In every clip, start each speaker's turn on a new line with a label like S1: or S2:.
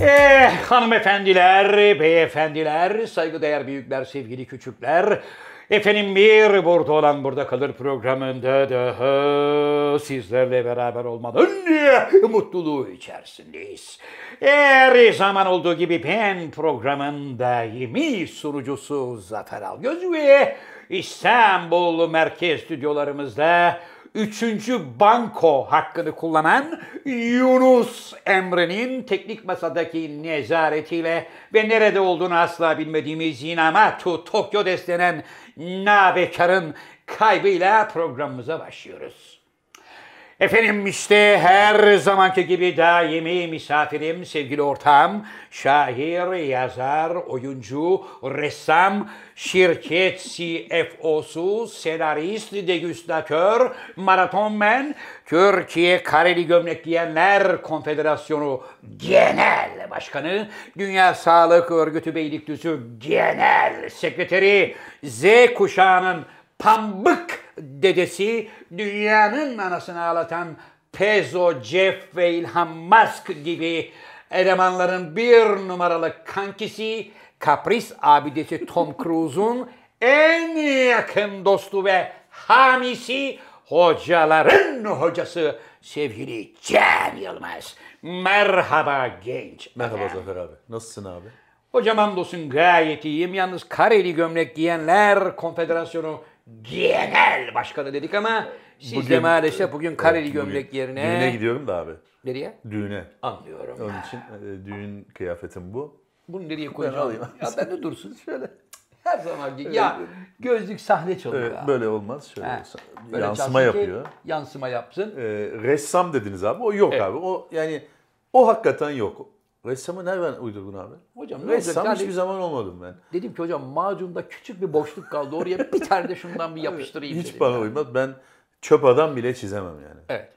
S1: Eh, hanımefendiler, beyefendiler, saygıdeğer büyükler, sevgili küçükler. Efendim bir burada olan burada kalır programında daha sizlerle beraber olmanın eh, mutluluğu içerisindeyiz. Her zaman olduğu gibi ben programın daimi sunucusu Zafer Algöz ve İstanbul Merkez Stüdyolarımızda Üçüncü banko hakkını kullanan Yunus Emre'nin teknik masadaki nezaretiyle ve nerede olduğunu asla bilmediğimiz Yinamatu Tokyo destenen Nabekar'ın kaybıyla programımıza başlıyoruz. Efendim işte her zamanki gibi daimi misafirim, sevgili ortağım, şair, yazar, oyuncu, ressam, şirket CFO'su, senarist, degüstatör, maratonmen, Türkiye Kareli Gömlek Giyenler Konfederasyonu Genel Başkanı, Dünya Sağlık Örgütü Beylikdüzü Genel Sekreteri, Z kuşağının Pambık dedesi dünyanın anasını ağlatan Pezo, Jeff ve Ilham Musk gibi elemanların bir numaralı kankisi, kapris abidesi Tom Cruise'un en yakın dostu ve hamisi hocaların hocası sevgili Cem Yılmaz. Merhaba genç.
S2: Merhaba Zafer abi. Nasılsın abi?
S1: Hocam hamdolsun gayet iyiyim. Yalnız kareli gömlek giyenler konfederasyonu genel başkanı dedik ama siz de
S2: Bugün-
S1: maalesef bugün kareli
S2: Evet,
S1: gömlek
S2: bugün
S1: yerine...
S2: Düğüne gidiyorum da abi.
S1: Nereye?
S2: Düğüne.
S1: Anlıyorum.
S2: Onun için e, düğün kıyafetim bu.
S1: Bunu nereye
S2: Ben
S1: koyacağım?
S2: alayım.
S1: ya ben de dursun şöyle. Her zaman gibi. Ya gözlük sahne çalıyor.
S2: Evet,
S1: ya.
S2: Ee, böyle olmaz. Şöyle olsa.
S1: Böyle
S2: yansıma
S1: çalsın ki
S2: yapıyor.
S1: Yansıma yapsın.
S2: E, ressam dediniz abi. O yok
S1: Evet.
S2: abi. O yani o hakikaten yok. Ressamı nereden uydurdun abi?
S1: Hocam ne
S2: Ressam
S1: olacak? Yani-
S2: hiçbir zaman olmadım ben.
S1: Dedim ki hocam macunda küçük bir boşluk kaldı. Oraya bir tane de şundan bir yapıştırayım
S2: Hiç
S1: dedim.
S2: bana uymaz. Ben çöp adam bile çizemem yani.
S1: Evet.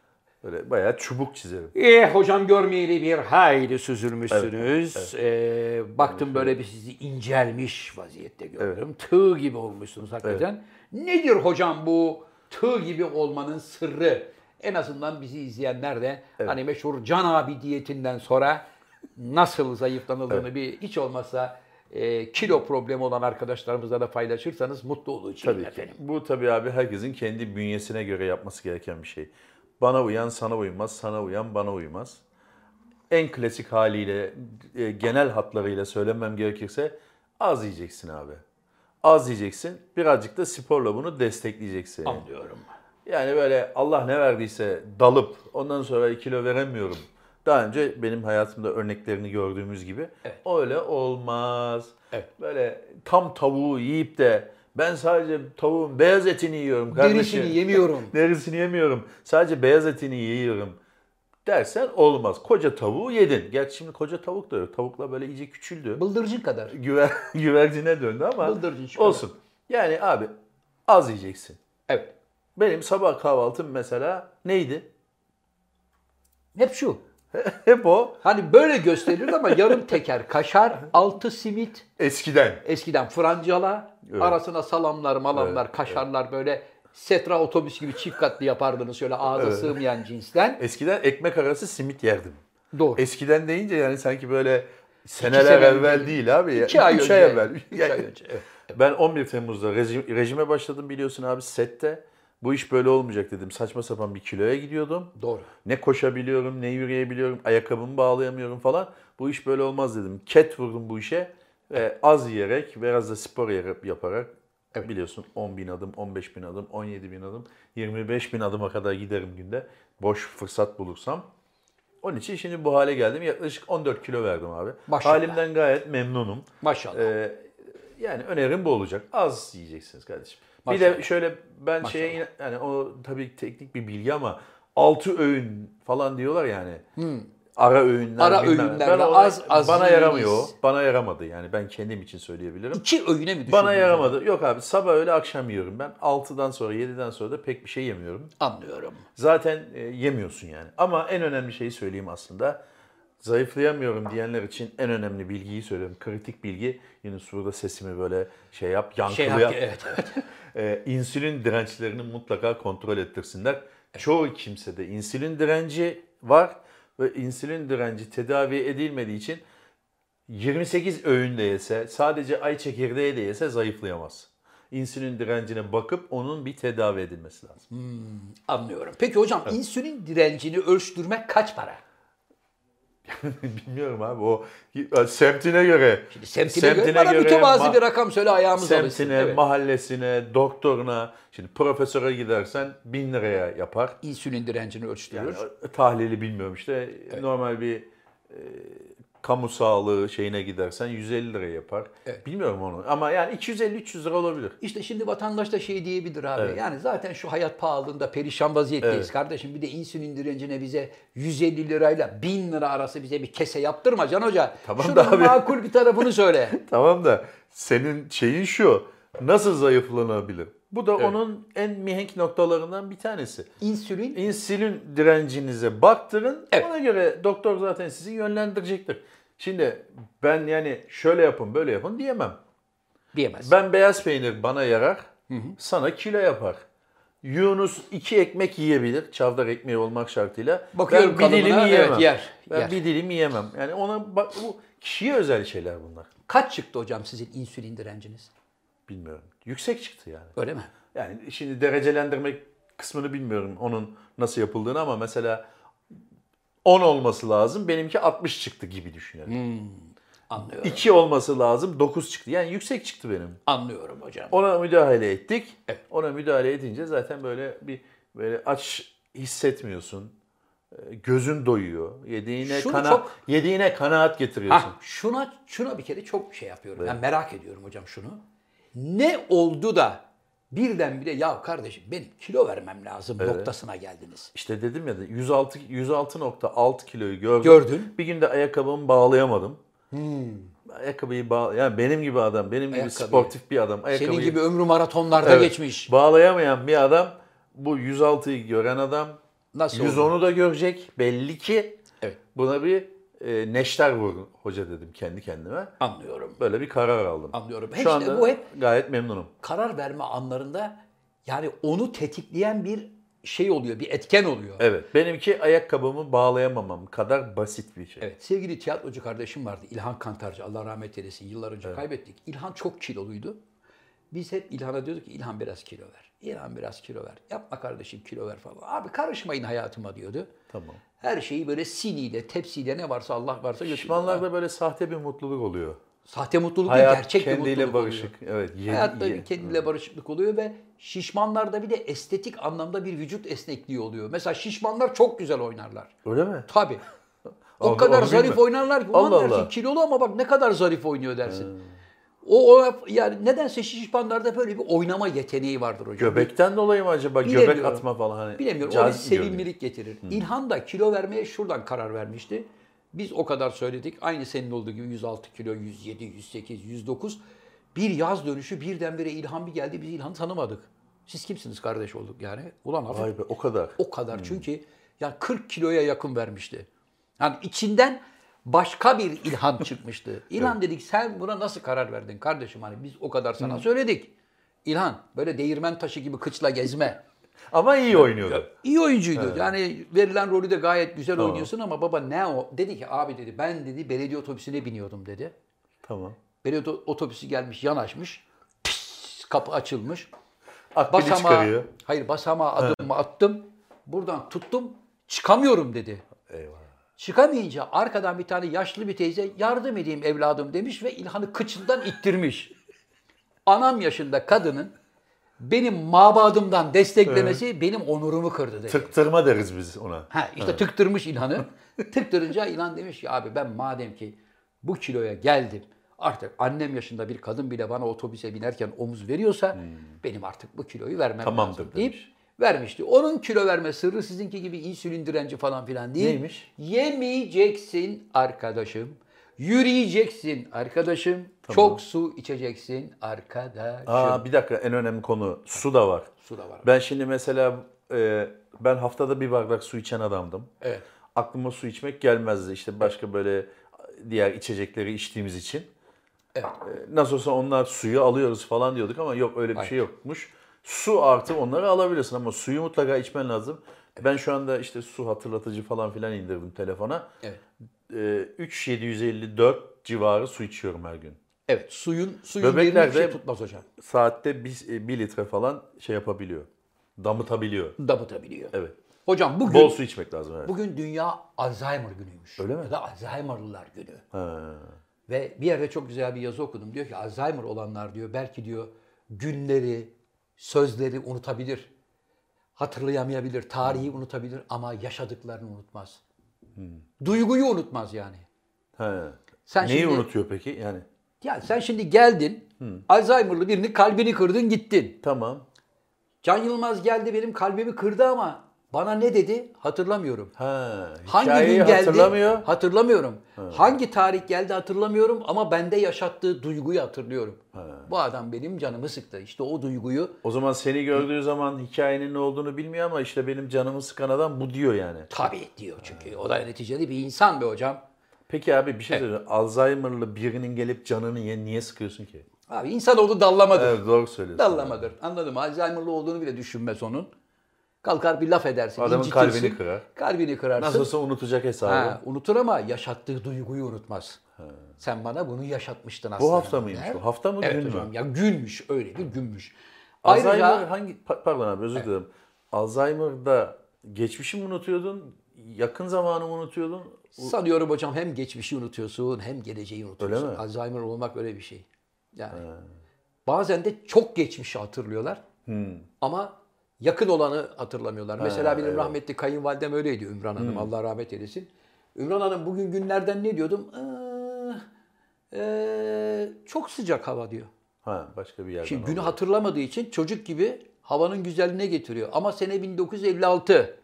S2: Böyle bayağı çubuk çizerim.
S1: Eh hocam görmeyeli bir hayli süzülmüşsünüz. Eh, baktım böyle bir sizi incelmiş vaziyette gördüm. Tığ gibi olmuşsunuz hakikaten. Nedir hocam bu tığ gibi olmanın sırrı? En azından bizi izleyenler de hani meşhur Can abi diyetinden sonra nasıl zayıflanıldığını bir hiç olmazsa eh, kilo problemi olan arkadaşlarımızla da paylaşırsanız mutlu olacağım
S2: Tabii ki.
S1: efendim.
S2: Bu tabii abi herkesin kendi bünyesine göre yapması gereken bir şey. Bana uyan sana uymaz, sana uyan bana uymaz. En klasik haliyle, e, genel hatlarıyla söylemem gerekirse az yiyeceksin abi. Az yiyeceksin, birazcık da sporla bunu destekleyeceksin.
S1: Anlıyorum.
S2: Yani böyle Allah ne verdiyse dalıp ondan sonra kilo veremiyorum. Daha önce benim hayatımda örneklerini gördüğümüz gibi öyle olmaz.
S1: Evet.
S2: Böyle tam tavuğu yiyip de ben sadece tavuğun beyaz etini yiyorum kardeşim.
S1: Derisini yemiyorum.
S2: Derisini yemiyorum. Sadece beyaz etini yiyorum dersen olmaz. Koca tavuğu yedin. Gerçi şimdi koca tavuk da yok. Tavukla böyle iyice küçüldü.
S1: Bıldırcın kadar.
S2: Güver, güvercine döndü ama
S1: Bıldırcın şu kadar.
S2: olsun. Yani abi az yiyeceksin.
S1: Evet.
S2: Benim sabah kahvaltım mesela neydi?
S1: Hep şu.
S2: Hep o
S1: Hani böyle gösterilir ama yarım teker kaşar, altı simit,
S2: eskiden.
S1: eskiden francala,
S2: Evet.
S1: arasına salamlar, malamlar,
S2: Evet,
S1: kaşarlar böyle setra otobüs gibi çift katlı yapardınız şöyle ağza sığmayan cinsten.
S2: Eskiden ekmek arası simit yerdim.
S1: Doğru.
S2: Eskiden deyince yani sanki böyle seneler
S1: sene
S2: evvel
S1: önce.
S2: değil abi. ya.
S1: İki ay
S2: Üç
S1: önce.
S2: ay evvel.
S1: Üç ay önce, evet.
S2: Ben 11 Temmuz'da rejim- rejime başladım biliyorsun abi sette. Bu iş böyle olmayacak dedim. Saçma sapan bir kiloya gidiyordum.
S1: Doğru.
S2: Ne koşabiliyorum, ne yürüyebiliyorum, ayakkabımı bağlayamıyorum falan. Bu iş böyle olmaz dedim. Ket vurdum bu işe ve az yiyerek, biraz da spor yap- yaparak biliyorsun 10 bin adım, 15 bin adım, 17 bin adım, 25 bin adıma kadar giderim günde. Boş fırsat bulursam. Onun için şimdi bu hale geldim. Yaklaşık 14 kilo verdim abi.
S1: Maşallah.
S2: Halimden gayet memnunum.
S1: Maşallah.
S2: Ee, yani önerim bu olacak. Az yiyeceksiniz kardeşim. Bir
S1: Maşallah.
S2: de şöyle ben şeye in- yani o tabii teknik bir bilgi ama altı öğün falan diyorlar yani. Ara öğünler.
S1: Hmm. Ara
S2: bilmem-
S1: öğünler
S2: Ben
S1: ve
S2: ona-
S1: az az
S2: Bana
S1: yiyiniz.
S2: yaramıyor. o. Bana yaramadı yani ben kendim için söyleyebilirim.
S1: İki öğüne mi düşürdünüz?
S2: Bana yaramadı. Yok abi sabah öyle akşam yiyorum ben. 6'dan sonra 7'den sonra da pek bir şey yemiyorum.
S1: Anlıyorum.
S2: Zaten e, yemiyorsun yani. Ama en önemli şeyi söyleyeyim aslında. Zayıflayamıyorum diyenler için en önemli bilgiyi söylüyorum. Kritik bilgi. Yunus burada sesimi böyle şey yap, yankılı
S1: Şey
S2: yap.
S1: yaptı, evet, evet.
S2: E, insülin dirençlerini mutlaka kontrol ettirsinler. Çoğu kimsede insülin direnci var ve insülin direnci tedavi edilmediği için 28 öğün de yese, sadece ay çekirdeği de yese zayıflayamaz. İnsülin direncine bakıp onun bir tedavi edilmesi lazım.
S1: Anlıyorum. Peki hocam insülin direncini ölçtürmek kaç para?
S2: Bilmiyorum abi o semtine göre.
S1: Şimdi semtine, göre bana mütevazi bir rakam söyle ayağımız alışsın.
S2: semtine,
S1: Evet.
S2: mahallesine, doktoruna. Şimdi profesöre gidersen 1000 liraya yapar.
S1: İnsülin direncini ölçtürür.
S2: Yani tahlili bilmiyorum işte. Normal bir e, kamu sağlığı şeyine gidersen 150 lira yapar. Bilmiyorum onu ama yani 250-300 lira olabilir.
S1: İşte şimdi vatandaş da şey diyebilir abi. Yani zaten şu hayat pahalılığında perişan vaziyetteyiz kardeşim. Bir de insülin direncine bize 150 lirayla 1000 lira arası bize bir kese yaptırma Can Hoca.
S2: Tamam
S1: Şunun
S2: da abi.
S1: makul bir tarafını söyle.
S2: Tamam da senin şeyin şu. Nasıl zayıflanabilir? Bu da onun en mihenk noktalarından bir tanesi.
S1: İnsülin
S2: İnsülin direncinize baktırın.
S1: Evet.
S2: Ona göre doktor zaten sizi yönlendirecektir. Şimdi ben yani şöyle yapın böyle yapın diyemem.
S1: diyemez.
S2: Ben beyaz peynir bana yarar, sana kilo yapar. Yunus iki ekmek yiyebilir, çavdar ekmeği olmak şartıyla.
S1: Bakıyorum
S2: ben bir dilim
S1: kalıbına,
S2: yiyemem.
S1: evet, yer,
S2: Ben
S1: yer.
S2: bir dilim yiyemem. Yani ona bak, bu kişiye özel şeyler bunlar.
S1: Kaç çıktı hocam sizin insülin direnciniz?
S2: Bilmiyorum. Yüksek çıktı yani.
S1: Öyle mi?
S2: Yani şimdi derecelendirmek kısmını bilmiyorum onun nasıl yapıldığını ama mesela 10 olması lazım. Benimki 60 çıktı gibi
S1: Hmm,
S2: düşünelim.
S1: Anlıyorum.
S2: 2 olması lazım 9 çıktı. Yani yüksek çıktı benim.
S1: Anlıyorum hocam.
S2: Ona müdahale ettik. Ona müdahale edince zaten böyle bir böyle aç hissetmiyorsun. Ee, Gözün doyuyor. Yediğine
S1: Şunu
S2: kana
S1: çok-
S2: yediğine kanaat getiriyorsun.
S1: Ha, şuna şuna bir kere çok şey yapıyorum. Ben merak ediyorum hocam şunu. Ne oldu da birdenbire ya kardeşim benim kilo vermem lazım noktasına geldiniz.
S2: İşte dedim ya da 106 106.6 kiloyu gördüm.
S1: Gördün. Hmm.
S2: Bir günde ayakkabımı bağlayamadım. Ayakkabıyı bağ yani benim gibi adam, benim gibi
S1: Ayakkabıyı.
S2: sportif bir adam ayakkabıyı
S1: Senin gibi ömrü maratonlarda
S2: Evet.
S1: geçmiş.
S2: bağlayamayan bir adam bu 106'yı gören adam
S1: Nasıl oldu?
S2: 110'u da görecek belli ki.
S1: Şey Evet.
S2: Buna bir e, neşter vurun hoca dedim kendi kendime.
S1: Anlıyorum.
S2: Böyle bir karar aldım.
S1: Anlıyorum. Hep
S2: Şu
S1: işte
S2: anda
S1: bu hep-
S2: gayet memnunum.
S1: Karar verme anlarında yani onu tetikleyen bir şey oluyor, bir etken oluyor.
S2: Evet. Benimki ayakkabımı bağlayamamam kadar basit bir şey.
S1: Evet, Sevgili tiyatrocu kardeşim vardı İlhan Kantarcı. Allah rahmet eylesin. Yıllar önce kaybettik. İlhan çok kiloluydu. Biz hep İlhan'a diyorduk ki İlhan biraz kilo ver. İlhan biraz kilo ver. Yapma kardeşim kilo ver falan. Abi karışmayın hayatıma diyordu.
S2: Tamam.
S1: Her şeyi böyle siniyle, tepsiyle ne varsa Allah varsa götürüyor.
S2: Pişmanlarda böyle sahte bir mutluluk oluyor.
S1: Sahte mutluluk değil,
S2: Hayat
S1: gerçek bir
S2: kendiyle
S1: mutluluk oluyor.
S2: barışık. Evet. yeni-
S1: Hayatta
S2: yeni-
S1: bir kendiyle barışıklık oluyor ve şişmanlarda bir de estetik anlamda bir vücut esnekliği oluyor. Mesela şişmanlar çok güzel oynarlar.
S2: Öyle mi?
S1: Tabii. O
S2: Abi,
S1: kadar
S2: onu
S1: zarif
S2: bilmiyorum.
S1: oynarlar ki ulan
S2: Allah
S1: dersin
S2: Allah.
S1: kilolu ama bak ne kadar zarif oynuyor dersin. O, o yani nedense şişmanlarda böyle bir oynama yeteneği vardır hocam.
S2: Göbekten dolayı mı acaba?
S1: Bilemiyorum.
S2: Göbek atma falan. Hani
S1: Bilemiyorum. O bir
S2: cazip görünüyor.
S1: sevimlilik getirir. İlhan da kilo vermeye şuradan karar vermişti. Biz o kadar söyledik. Aynı senin olduğu gibi 106 kilo, 107, 108, 109. Bir yaz dönüşü birdenbire İlhan bir geldi. Biz İlhan'ı tanımadık. Siz kimsiniz kardeş olduk yani. Ulan hafif
S2: Vay be o kadar.
S1: o kadar çünkü yani 40 kiloya yakın vermişti. Yani içinden başka bir ilham çıkmıştı. İlhan dedik sen buna nasıl karar verdin kardeşim hani biz o kadar sana söyledik. İlhan böyle değirmen taşı gibi kıçla gezme.
S2: Ama iyi oynuyordu.
S1: İyi oyuncuydu. Yani verilen rolü de gayet güzel oynuyorsun ama baba ne o? Dedi ki abi dedi ben dedi belediye otobüsüne biniyordum dedi.
S2: Tamam.
S1: Belediye otobüsü gelmiş yanaşmış. Pis, kapı açılmış.
S2: Akbili
S1: Basamağa,
S2: çıkarıyor.
S1: hayır basamağa adımımı attım. Buradan tuttum. Çıkamıyorum dedi.
S2: Eyvah.
S1: Çıkamayınca arkadan bir tane yaşlı bir teyze yardım edeyim evladım demiş ve İlhan'ı kıçından ittirmiş. Anam yaşında kadının benim mabadımdan desteklemesi benim onurumu kırdı dedi.
S2: Tıktırma deriz biz ona.
S1: Ha, işte tıktırmış İlhan'ı. Tıktırınca İlhan demiş ki abi ben madem ki bu kiloya geldim artık annem yaşında bir kadın bile bana otobüse binerken omuz veriyorsa benim artık bu kiloyu vermem
S2: Hmm. Tamamdır
S1: lazım deyip vermişti. Onun kilo verme sırrı sizinki gibi insülin direnci falan filan değil.
S2: Neymiş?
S1: Yemeyeceksin arkadaşım. Yürüyeceksin arkadaşım. Çok su içeceksin arkadaşım.
S2: Aa bir dakika en önemli konu su da var.
S1: Su da var.
S2: Ben şimdi mesela e, ben haftada bir bardak su içen adamdım.
S1: Evet.
S2: Aklıma su içmek gelmezdi işte başka böyle diğer içecekleri içtiğimiz için.
S1: Evet.
S2: E, Nasıl olsa onlar suyu alıyoruz falan diyorduk ama yok öyle bir şey yokmuş. Su artı onları alabilirsin ama suyu mutlaka içmen lazım. Ben şu anda Ee, işte su hatırlatıcı falan filan indirdim telefona.
S1: Evet.
S2: E, 3754 civarı su içiyorum her gün.
S1: Evet suyun suyun
S2: Böbrekler
S1: yerini bir şey
S2: de-
S1: tutmaz hocam.
S2: Saatte 1 litre falan şey yapabiliyor. Damıtabiliyor.
S1: Damıtabiliyor.
S2: Evet.
S1: Hocam bugün
S2: Bol su içmek lazım evet.
S1: bugün dünya Alzheimer günüymüş.
S2: Öyle mi?
S1: Ya da Alzheimer'lılar günü.
S2: Ha.
S1: Ve bir yerde çok güzel bir yazı okudum. Diyor ki Alzheimer olanlar diyor belki diyor günleri, sözleri unutabilir. Hatırlayamayabilir, tarihi
S2: Hmm.
S1: unutabilir ama yaşadıklarını unutmaz. Duyguyu unutmaz yani.
S2: Ha.
S1: Sen
S2: Neyi
S1: şimdi-
S2: unutuyor peki? Yani
S1: Ya sen şimdi geldin,
S2: Hmm.
S1: Alzheimer'lı birini kalbini kırdın gittin.
S2: tamam.
S1: Can Yılmaz geldi benim kalbimi kırdı ama bana ne dedi hatırlamıyorum.
S2: Ha.
S1: Hangi
S2: hikayeyi
S1: gün geldi
S2: hatırlamıyor.
S1: hatırlamıyorum. Hangi tarih geldi hatırlamıyorum ama bende yaşattığı duyguyu hatırlıyorum. Bu adam benim canımı sıktı. İşte o duyguyu
S2: O zaman seni gördüğü zaman hikayenin ne olduğunu bilmiyor ama işte benim canımı sıkan adam bu diyor yani.
S1: tabii diyor çünkü. O da neticede bir insan be hocam.
S2: Peki abi bir şey söyleyeyim. Alzheimer'lı birinin gelip canını ye, niye sıkıyorsun ki?
S1: Abi insanoğlu dallamadır.
S2: Evet doğru söylüyorsun.
S1: Dallamadır. Anladın mı? Alzheimer'lı olduğunu bile düşünmez onun. Kalkar bir laf edersin,
S2: Adamın
S1: incitirsin.
S2: kalbini kırar.
S1: Kalbini kırarsın.
S2: Nasıl olsa unutacak hesabı.
S1: Ha, unutur ama yaşattığı duyguyu unutmaz. Sen bana bunu yaşatmıştın aslında.
S2: Bu hafta mıymış
S1: der.
S2: bu? Hafta mı
S1: Evet
S2: gün
S1: hocam
S2: mü?
S1: ya günmüş öyle bir günmüş.
S2: Alzheimer
S1: Ayrıca
S2: hangi pa- pardon abi özür dilerim. Alzheimer'da geçmişi mi unutuyordun? Yakın zamanı mı unutuyordun?
S1: sanıyorum hocam hem geçmişi unutuyorsun hem geleceği unutuyorsun.
S2: Öyle mi?
S1: Alzheimer olmak öyle bir şey. Yani bazen de çok geçmişi hatırlıyorlar
S2: Hmm.
S1: ama yakın olanı hatırlamıyorlar. Mesela benim rahmetli kayınvalidem öyleydi Ümran
S2: Hmm.
S1: Hanım Allah rahmet eylesin. Ümran Hanım bugün günlerden ne diyordum? "Ah, eh, çok sıcak hava diyor.
S2: Ha başka bir yerden.
S1: Şimdi
S2: Şimdi
S1: günü hatırlamadığı için çocuk gibi havanın güzelliğine getiriyor. Ama sene 1956.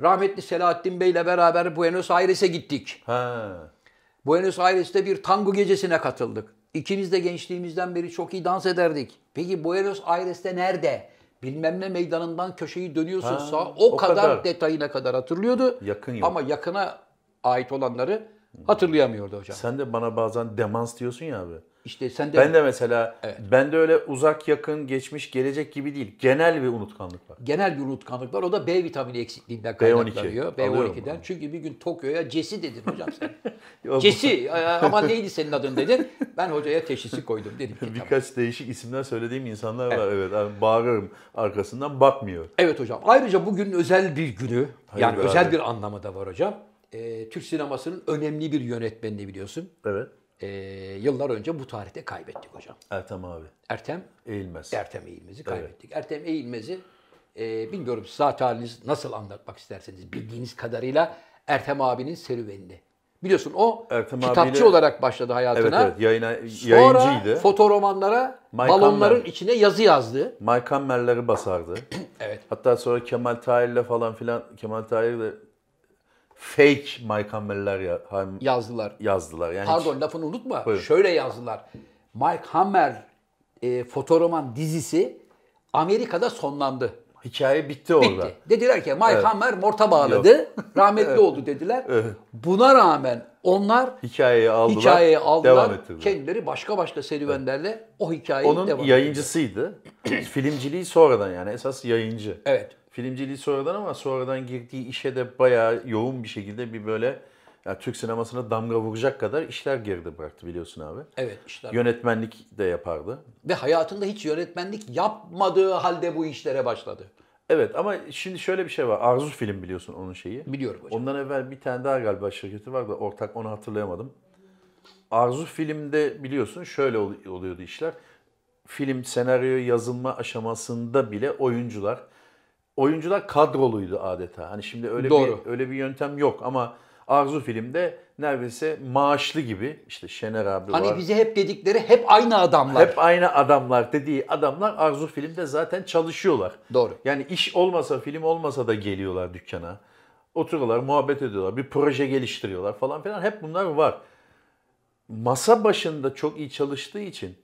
S1: Rahmetli Selahattin Bey'le beraber Buenos Aires'e gittik.
S2: Ha.
S1: Buenos Aires'te bir tango gecesine katıldık. İkimiz de gençliğimizden beri çok iyi dans ederdik. Peki Buenos Aires'te nerede? Bilmem ne meydanından köşeyi dönüyorsun
S2: Ha,
S1: sağa. O,
S2: o
S1: kadar,
S2: kadar.
S1: detayına kadar hatırlıyordu.
S2: Yakın yok.
S1: Ama yakına ait olanları hatırlayamıyordu hocam.
S2: Sen de bana bazen demans diyorsun ya abi.
S1: İşte sen de
S2: Ben de mesela ben de öyle uzak yakın geçmiş gelecek gibi değil. Genel bir unutkanlık var.
S1: genel bir unutkanlık var. O da B vitamini eksikliğinden
S2: B12.
S1: kaynaklanıyor.
S2: Alıyorum
S1: B12'den.
S2: bunu.
S1: Çünkü bir gün Tokyo'ya Cesi dedin hocam sen.
S2: Ya bu-
S1: Cesi ama neydi senin adın dedin. Ben hocaya teşhisi koydum. Dedim ki tamam.
S2: Birkaç değişik isimler söylediğim insanlar var. Evet, abi bağırıyorum arkasından bakmıyor.
S1: Evet hocam. Ayrıca bugün özel bir günü. yani
S2: be
S1: özel
S2: abi.
S1: bir anlamı da var hocam. Ee, Türk sinemasının önemli bir yönetmenini biliyorsun.
S2: Evet.
S1: Ee, yıllar önce bu tarihte kaybettik hocam.
S2: Ertem abi
S1: Ertem
S2: eğilmez.
S1: Ertem Eğilmez'i kaybettik. Ertem Eğilmez'i e, bilmiyorum saat haliniz nasıl anlatmak isterseniz bildiğiniz kadarıyla Ertem abinin serüvenini. Biliyorsun o
S2: Ertem
S1: kitapçı
S2: abiyle-
S1: olarak başladı
S2: Evet
S1: hayatına.
S2: evet yayına,
S1: Sonra
S2: yayıncıydı.
S1: fotoromanlara
S2: Mike
S1: balonların
S2: Hammer.
S1: içine yazı yazdı.
S2: Mike Hammer'ları basardı.
S1: Evet.
S2: Hatta sonra Kemal Tahir'le falan filan Kemal Tahir'le fake Mike Hammer'lar ya, ham-
S1: Yazdılar.
S2: yazdılar. Yani
S1: Pardon lafını unutma.
S2: Buyurun.
S1: Şöyle yazdılar. Mike Hammer e, fotoroman dizisi Amerika'da sonlandı.
S2: hiç- hikaye bitti orada.
S1: Bitti. Dediler ki Mike Hammer morta bağladı. Rahmetli oldu dediler. Buna rağmen onlar
S2: Hikayeyi aldılar.
S1: hikayeyi aldılar.
S2: Devam ettirdiler.
S1: Kendileri başka başka serüvenlerle o hikayeyi
S2: Onun
S1: devam ettirdiler.
S2: yayıncısıydı. Filmciliği sonradan yani esas yayıncı.
S1: Evet.
S2: Filmciliği sonradan ama sonradan girdiği işe de bayağı yoğun bir şekilde bir böyle ya Türk sinemasına damga vuracak kadar işler geride bıraktı biliyorsun abi.
S1: Evet işte.
S2: Yönetmenlik de yapardı.
S1: Ve hayatında hiç yönetmenlik yapmadığı halde bu işlere başladı.
S2: Evet ama şimdi şöyle bir şey var. Arzu film biliyorsun onun şeyi.
S1: Biliyorum hocam.
S2: Ondan evvel bir tane daha galiba şirketi vardı. Ortak onu hatırlayamadım. Arzu filmde biliyorsun şöyle ol- oluyordu işler. Film senaryo yazılma aşamasında bile oyuncular oyuncular kadroluydu adeta. Hani şimdi öyle
S1: Doğru.
S2: bir öyle bir yöntem yok ama Arzu filmde neredeyse maaşlı gibi işte Şener abi
S1: Hani
S2: var.
S1: bize hep dedikleri hep aynı adamlar.
S2: Hep aynı adamlar dediği adamlar Arzu filmde zaten çalışıyorlar.
S1: Doğru.
S2: Yani iş olmasa, film olmasa da geliyorlar dükkana. Oturuyorlar, muhabbet ediyorlar, bir proje geliştiriyorlar falan filan. Hep bunlar var. Masa başında çok iyi çalıştığı için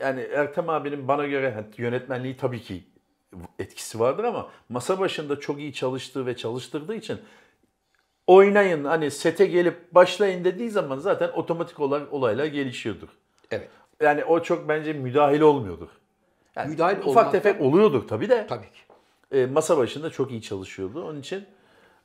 S2: yani Ertem abinin bana göre hani yönetmenliği tabii ki etkisi vardır ama masa başında çok iyi çalıştığı ve çalıştırdığı için oynayın hani sete gelip başlayın dediği zaman zaten otomatik olarak olaylar gelişiyordur.
S1: Evet.
S2: Yani o çok bence müdahil olmuyordur. Yani
S1: Müdahil
S2: ufak
S1: olmak-
S2: tefek oluyordur tabii de.
S1: Tabii ki.
S2: E, masa başında çok iyi çalışıyordu. Onun için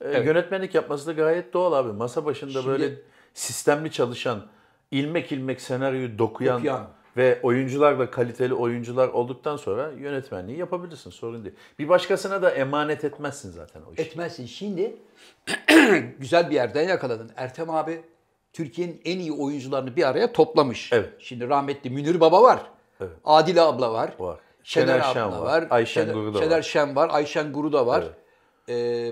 S2: e, yönetmenlik yapması da gayet doğal abi. Masa başında böyle sistemli çalışan, ilmek ilmek senaryoyu dokuyan,
S1: Okuyan.
S2: ve oyuncular da kaliteli oyuncular olduktan sonra yönetmenliği yapabilirsin sorun değil. Bir başkasına da emanet etmezsin zaten o işi.
S1: Etmezsin. Şimdi güzel bir yerden yakaladın. Ertem abi Türkiye'nin en iyi oyuncularını bir araya toplamış.
S2: Evet.
S1: Şimdi rahmetli Münir Baba var. Adile abla var.
S2: Var.
S1: Şener,
S2: Şener Şen
S1: abla
S2: var,
S1: var.
S2: Ayşen
S1: Şener-
S2: Guru da
S1: Şener
S2: var.
S1: Şen var. Ayşen Guru da var. Ee,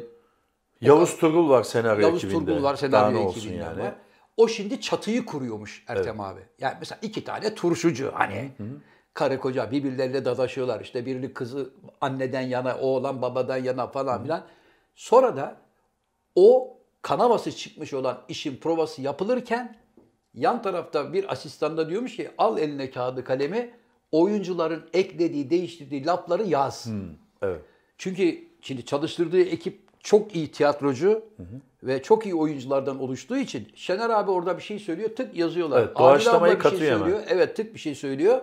S2: Yavuz Turgul var senaryo
S1: Yavuz
S2: ekibinde.
S1: Turgul var.
S2: Daha ne
S1: Senaryo
S2: olsun
S1: ekibinden
S2: yani.
S1: var. O şimdi çatıyı kuruyormuş Ertem abi. Yani mesela iki tane turşucu hani. Karı koca birbirleriyle dadaşıyorlar. İşte birini kızı anneden yana, oğlan babadan yana falan filan. Sonra da o kanavası çıkmış olan işin provası yapılırken yan tarafta bir asistan da diyormuş ki al eline kağıdı kalemi oyuncuların eklediği, değiştirdiği lafları yaz.
S2: Evet.
S1: Çünkü şimdi çalıştırdığı ekip çok iyi tiyatrocu ve çok iyi oyunculardan oluştuğu için Şener abi orada bir şey söylüyor tık yazıyorlar.
S2: Evet, doğaçlamayı
S1: Adil abla bir şey
S2: katıyor hemen.
S1: söylüyor. Evet tık bir şey söylüyor.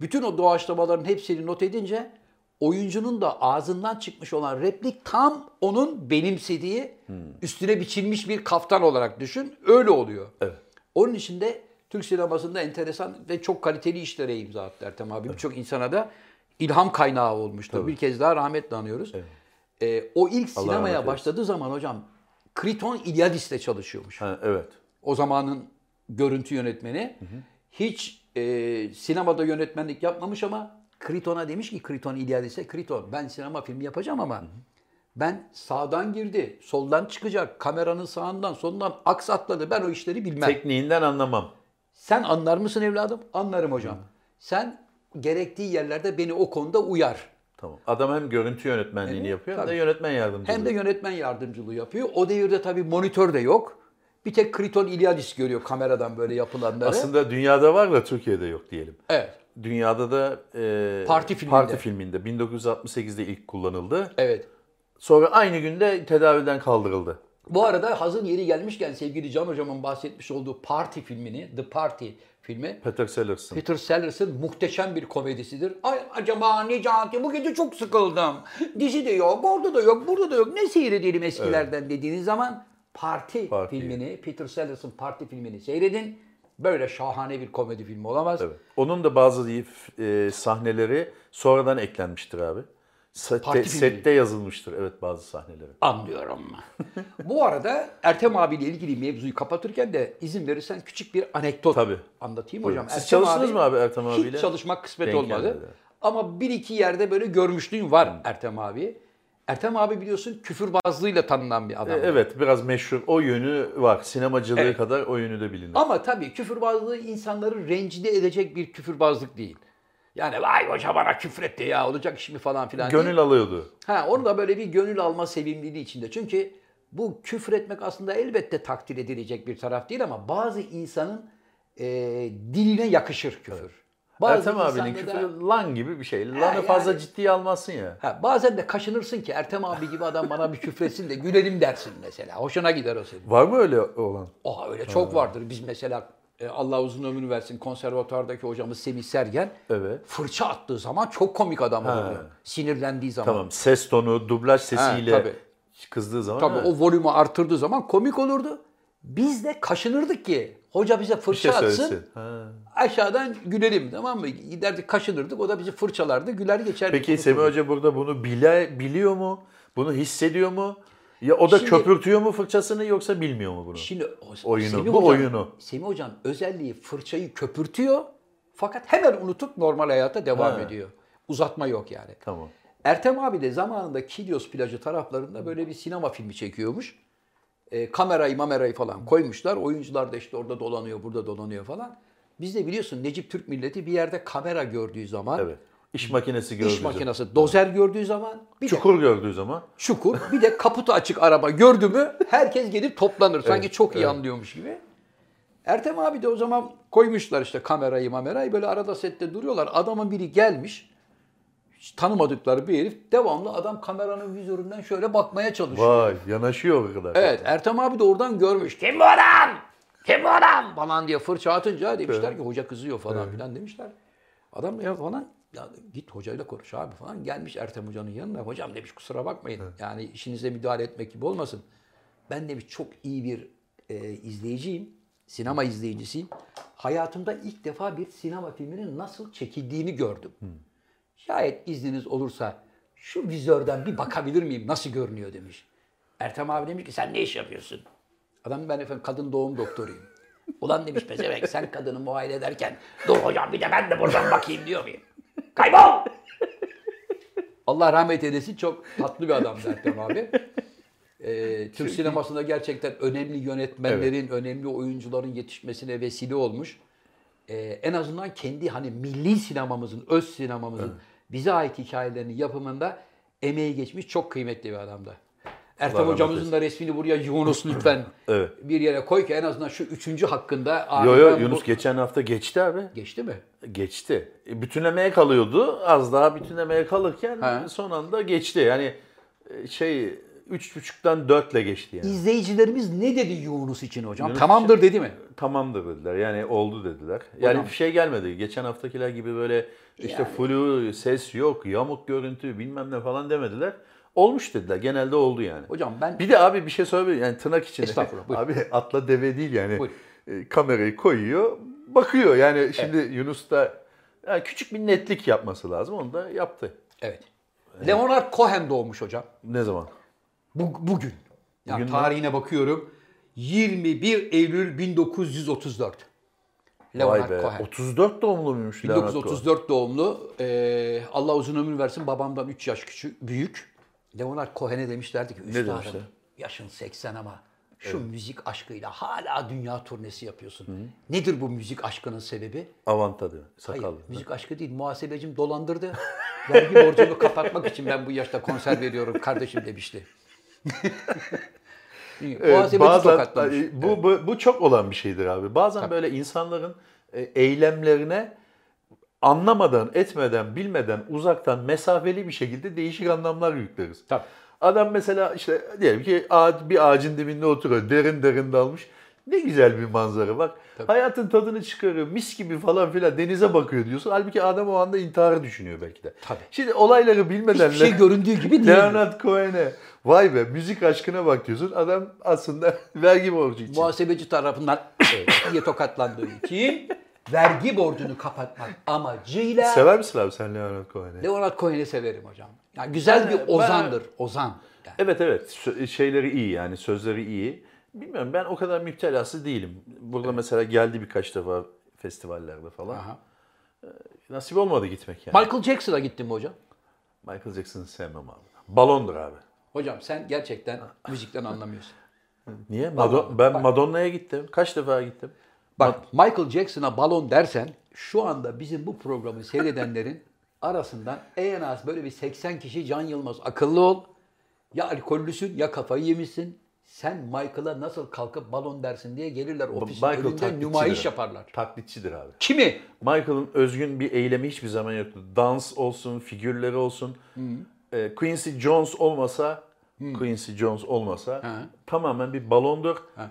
S1: Bütün o doğaçlamaların hepsini not edince oyuncunun da ağzından çıkmış olan replik tam onun benimsediği
S2: Hmm.
S1: üstüne biçilmiş bir kaftan olarak düşün. Öyle oluyor.
S2: Evet.
S1: Onun için de Türk sinemasında enteresan ve çok kaliteli işlere imza attı Ertem abi. Birçok insana da ilham kaynağı olmuştur. Bir kez daha rahmetle anıyoruz. Ee, o ilk
S2: Allah rahmet
S1: sinemaya
S2: eylesin.
S1: başladığı zaman hocam Kriton İlyadis'le çalışıyormuş.
S2: Ha, evet.
S1: O zamanın görüntü yönetmeni. Hiç e, sinemada yönetmenlik yapmamış ama Kriton'a demiş ki Kriton İlyadis'e Kriton ben sinema filmi yapacağım ama ben sağdan girdi, soldan çıkacak, kameranın sağından, solundan aks atladı. Ben o işleri bilmem.
S2: Tekniğinden anlamam.
S1: Sen anlar mısın evladım? Anlarım hocam. Sen gerektiği yerlerde beni o konuda uyar.
S2: Tamam. Adam hem görüntü yönetmenliğini
S1: Evet,
S2: yapıyor hem de
S1: tabii.
S2: yönetmen yardımcılığı.
S1: Hem de yönetmen yardımcılığı yapıyor. O devirde tabii monitör de yok. Bir tek Kriton İlyadis görüyor kameradan böyle yapılanları.
S2: Aslında dünyada var da Türkiye'de yok diyelim.
S1: evet.
S2: Dünyada da e,
S1: Parti filminde.
S2: Parti filminde 1968'de ilk kullanıldı.
S1: Evet.
S2: Sonra aynı günde tedaviden kaldırıldı.
S1: Bu arada hazır yeri gelmişken sevgili Can hocamın bahsetmiş olduğu Party filmini, The Party filmi
S2: Peter Sellers'ın.
S1: Peter Sellers'ın muhteşem bir komedisidir. Ay acaba Necati bu gece çok sıkıldım. Dizi de yok, orada da yok, burada da yok. Ne seyredelim eskilerden dediğiniz zaman Parti,
S2: Parti.
S1: filmini, Peter Sellers'ın Parti filmini seyredin. Böyle şahane bir komedi filmi olamaz.
S2: Evet. Onun da bazı iyi f- e, sahneleri sonradan eklenmiştir abi. Sette,
S1: Parti filmi.
S2: sette yazılmıştır evet bazı sahneleri.
S1: Anlıyorum. Bu arada Ertem abiyle ilgili mevzuyu kapatırken de izin verirsen küçük bir anekdot
S2: Tabii.
S1: anlatayım
S2: Buyurun.
S1: hocam.
S2: Siz çalıştınız mı abi Ertem abiyle?
S1: Hiç çalışmak kısmet
S2: Denk
S1: olmadı.
S2: gelmedi.
S1: Ama bir iki yerde böyle görmüşlüğüm var Ertem abi. Ertem abi biliyorsun küfürbazlığıyla tanınan bir
S2: E,
S1: adam.
S2: evet biraz meşhur o yönü var. Sinemacılığı
S1: Evet.
S2: kadar o yönü de bilinir.
S1: Ama tabii küfürbazlığı insanları rencide edecek bir küfürbazlık değil. Yani vay hoca bana küfretti ya olacak iş mi falan filan. değil.
S2: Gönül alıyordu.
S1: Ha, onu da böyle bir gönül alma sevimliliği içinde. Çünkü bu küfür etmek aslında elbette takdir edilecek bir taraf değil ama bazı insanın e, diline yakışır küfür. Bazı
S2: Ertem abinin
S1: insanda da-
S2: küfürü lan gibi bir şey. Lan'ı
S1: yani-
S2: fazla ciddiye almazsın ya.
S1: Ha, bazen de kaşınırsın ki Ertem abi gibi adam bana bir küfretsin de gülelim dersin mesela. Hoşuna gider o senin.
S2: Var mı öyle olan?
S1: Oha öyle çok vardır. Biz mesela e, Allah uzun ömür versin konservatuvardaki hocamız Semih Sergen
S2: Evet.
S1: fırça attığı zaman çok komik adam oluyor. Sinirlendiği zaman.
S2: Tamam ses tonu, dublaj sesiyle
S1: Ha, tabii.
S2: kızdığı zaman.
S1: Tabii
S2: evet.
S1: o volümü artırdığı zaman komik olurdu. Biz de kaşınırdık ki hoca bize
S2: Bir
S1: fırça
S2: şey
S1: atsın
S2: söylesin. Ha.
S1: aşağıdan gülelim tamam mı? Giderdik kaşınırdık o da bizi fırçalardı güler geçerdik.
S2: Peki Semih Hoca burada bunu bile, biliyor mu? Bunu hissediyor mu? Ya o da
S1: Şimdi-
S2: köpürtüyor mu fırçasını yoksa bilmiyor mu bunu?
S1: Şimdi o-
S2: Oyunu,
S1: Semih
S2: bu
S1: hocam,
S2: oyunu.
S1: Semih hocam özelliği fırçayı köpürtüyor fakat hemen unutup normal hayata devam
S2: Ha.
S1: ediyor. Uzatma yok yani.
S2: Tamam.
S1: Ertem abi de zamanında Kilyos plajı taraflarında böyle bir sinema filmi çekiyormuş. E, kamerayı mamerayı falan koymuşlar. Oyuncular da işte orada dolanıyor, burada dolanıyor falan. Biz de biliyorsun Necip Türk milleti bir yerde kamera gördüğü zaman,
S2: Evet. İş makinesi gördüğü
S1: iş
S2: zaman.
S1: makinesi, dozer gördüğü zaman, bir de
S2: Çukur gördüğü zaman.
S1: çukur, bir de kaputu açık araba gördü mü herkes gelip toplanır. Sanki çok iyi
S2: evet.
S1: anlıyormuş gibi. Ertem abi de o zaman koymuşlar işte kamerayı mamerayı böyle arada sette duruyorlar. Adamın biri gelmiş. Hiç tanımadıkları bir herif. Devamlı adam kameranın vizöründen şöyle bakmaya çalışıyor.
S2: Vay yanaşıyor o kadar.
S1: Evet Ertem abi de oradan görmüş. Kim bu adam? Kim bu adam? Falan diye fırça atınca demişler ki hoca kızıyor falan filan demişler. Adam ya falan ya git hocayla konuş abi falan gelmiş Ertem hocanın yanına. Hocam demiş kusura bakmayın yani işinize müdahale etmek gibi olmasın. Ben demiş çok iyi bir e, izleyiciyim. Sinema izleyicisiyim. hayatımda ilk defa bir sinema filminin nasıl çekildiğini gördüm. Şayet izniniz olursa şu vizörden bir bakabilir miyim nasıl görünüyor demiş. Ertem abi demiş ki sen ne iş yapıyorsun? Adam ben efendim kadın doğum doktoruyum. Ulan demiş pezevenk sen kadını muayene ederken dur hocam bir de ben de buradan bakayım diyor muyum? Kaybol! Allah rahmet eylesin çok tatlı bir adamdı Ertem abi. Ee, Türk sinemasında gerçekten önemli yönetmenlerin, önemli oyuncuların yetişmesine vesile olmuş. Ee, en azından kendi hani milli sinemamızın, öz sinemamızın bize ait hikayelerinin yapımında emeği geçmiş çok kıymetli bir adamdı. Ertem
S2: rahmet
S1: hocamızın da resmini buraya Yunus lütfen
S2: Evet.
S1: bir yere koy ki en azından şu üçüncü hakkında
S2: Yo
S1: anında
S2: yo
S1: bu-
S2: Yunus geçen hafta geçti abi.
S1: geçti mi?
S2: Geçti. E, bütünlemeye kalıyordu. Az daha bütünlemeye kalırken
S1: Ha.
S2: son anda geçti. Yani e, şey 3.5'tan 4'le geçti yani.
S1: İzleyicilerimiz ne dedi Yunus için hocam?
S2: Yunus
S1: Tamamdır dedi mi?
S2: Tamamdır dediler. Yani oldu dediler. Yani
S1: Hocam.
S2: bir şey gelmedi. Geçen haftakiler gibi böyle işte
S1: Yani.
S2: flu, ses yok, yamuk görüntü bilmem ne falan demediler. Olmuş dediler. Genelde oldu yani.
S1: Hocam ben
S2: Bir de abi bir şey söyleyeyim yani tırnak içinde.
S1: Estağfurullah, buyur.
S2: Abi atla deve değil yani.
S1: Buyur.
S2: E, Kamerayı koyuyor, bakıyor. Yani şimdi Yunus da yani küçük bir netlik yapması lazım. Onu da yaptı.
S1: evet. Leonard Cohen doğmuş hocam.
S2: Ne zaman?
S1: Bu, bugün. Yani
S2: Bugün mü?
S1: tarihine bakıyorum. 21 Eylül 1934.
S2: Vay
S1: Leonard
S2: be.
S1: Cohen.
S2: 34 doğumlu muymuş Leonard Cohen?
S1: 1934 doğumlu. Ee, Allah uzun ömür versin. Babamdan 3 yaş küçük, büyük. Leonard Cohen'e demişlerdi ki
S2: demişler?
S1: üstadım yaşın 80 ama şu müzik aşkıyla hala dünya turnesi yapıyorsun. Nedir bu müzik aşkının sebebi?
S2: Avanta diyor. Sakallı.
S1: Hayır, müzik aşkı değil. Muhasebecim dolandırdı. Vergi borcumu kapatmak için ben bu yaşta konser veriyorum kardeşim demişti.
S2: Evet,
S1: Muhasebeci
S2: Ee, bazen
S1: tokatlamış.
S2: e, bu, bu bu çok olan bir şeydir abi. Bazen böyle insanların e, eylemlerine anlamadan, etmeden, bilmeden, uzaktan, mesafeli bir şekilde değişik anlamlar yükleriz.
S1: Tabii.
S2: Adam mesela işte diyelim ki ağaç, bir ağacın dibinde oturuyor, derin derin dalmış. Ne güzel bir manzara bak. Hayatın tadını çıkarıyor, mis gibi falan filan denize bakıyor diyorsun. Halbuki adam o anda intiharı düşünüyor belki de.
S1: Tabii.
S2: Şimdi olayları bilmeden...
S1: Hiçbir şey göründüğü gibi değil.
S2: Leonard Cohen'e vay be müzik aşkına bak diyorsun. Adam aslında vergi borcu için.
S1: Muhasebeci tarafından diye tokatlandığı için vergi borcunu kapatmak amacıyla
S2: Sever misin abi sen Leonard Cohen'i?
S1: Leonard Cohen'i severim hocam. Yani güzel bir
S2: Ben-
S1: ozandır. Ozan. Yani.
S2: Evet evet Sö- şeyleri iyi yani sözleri iyi. Bilmiyorum ben o kadar müptelası değilim. Burada mesela geldi birkaç defa festivallerde falan. Ee,
S1: Aha.
S2: Nasip olmadı gitmek yani.
S1: Michael Jackson'a gittin mi hocam?
S2: Michael Jackson'ı sevmem abi. Balondur abi.
S1: Hocam sen gerçekten müzikten anlamıyorsun.
S2: Niye? Madon- ben Madonna'ya gittim. Kaç defa gittim?
S1: Bak Michael Jackson'a balon dersen şu anda bizim bu programı seyredenlerin arasından en az böyle bir 80 kişi Can Yılmaz akıllı ol. Ya alkollüsün ya kafayı yemişsin. Sen Michael'a nasıl kalkıp balon dersin diye gelirler ofisin
S2: Michael
S1: önünde
S2: taklitçidir.
S1: nümayiş yaparlar.
S2: Taklitçidir abi.
S1: Kimi?
S2: Michael'ın özgün bir eylemi hiçbir zaman yoktu. Dans olsun, figürleri olsun.
S1: Hmm.
S2: Ee, Quincy Jones olmasa, Quincy Jones olmasa
S1: Ha.
S2: tamamen bir balondur.
S1: Ha.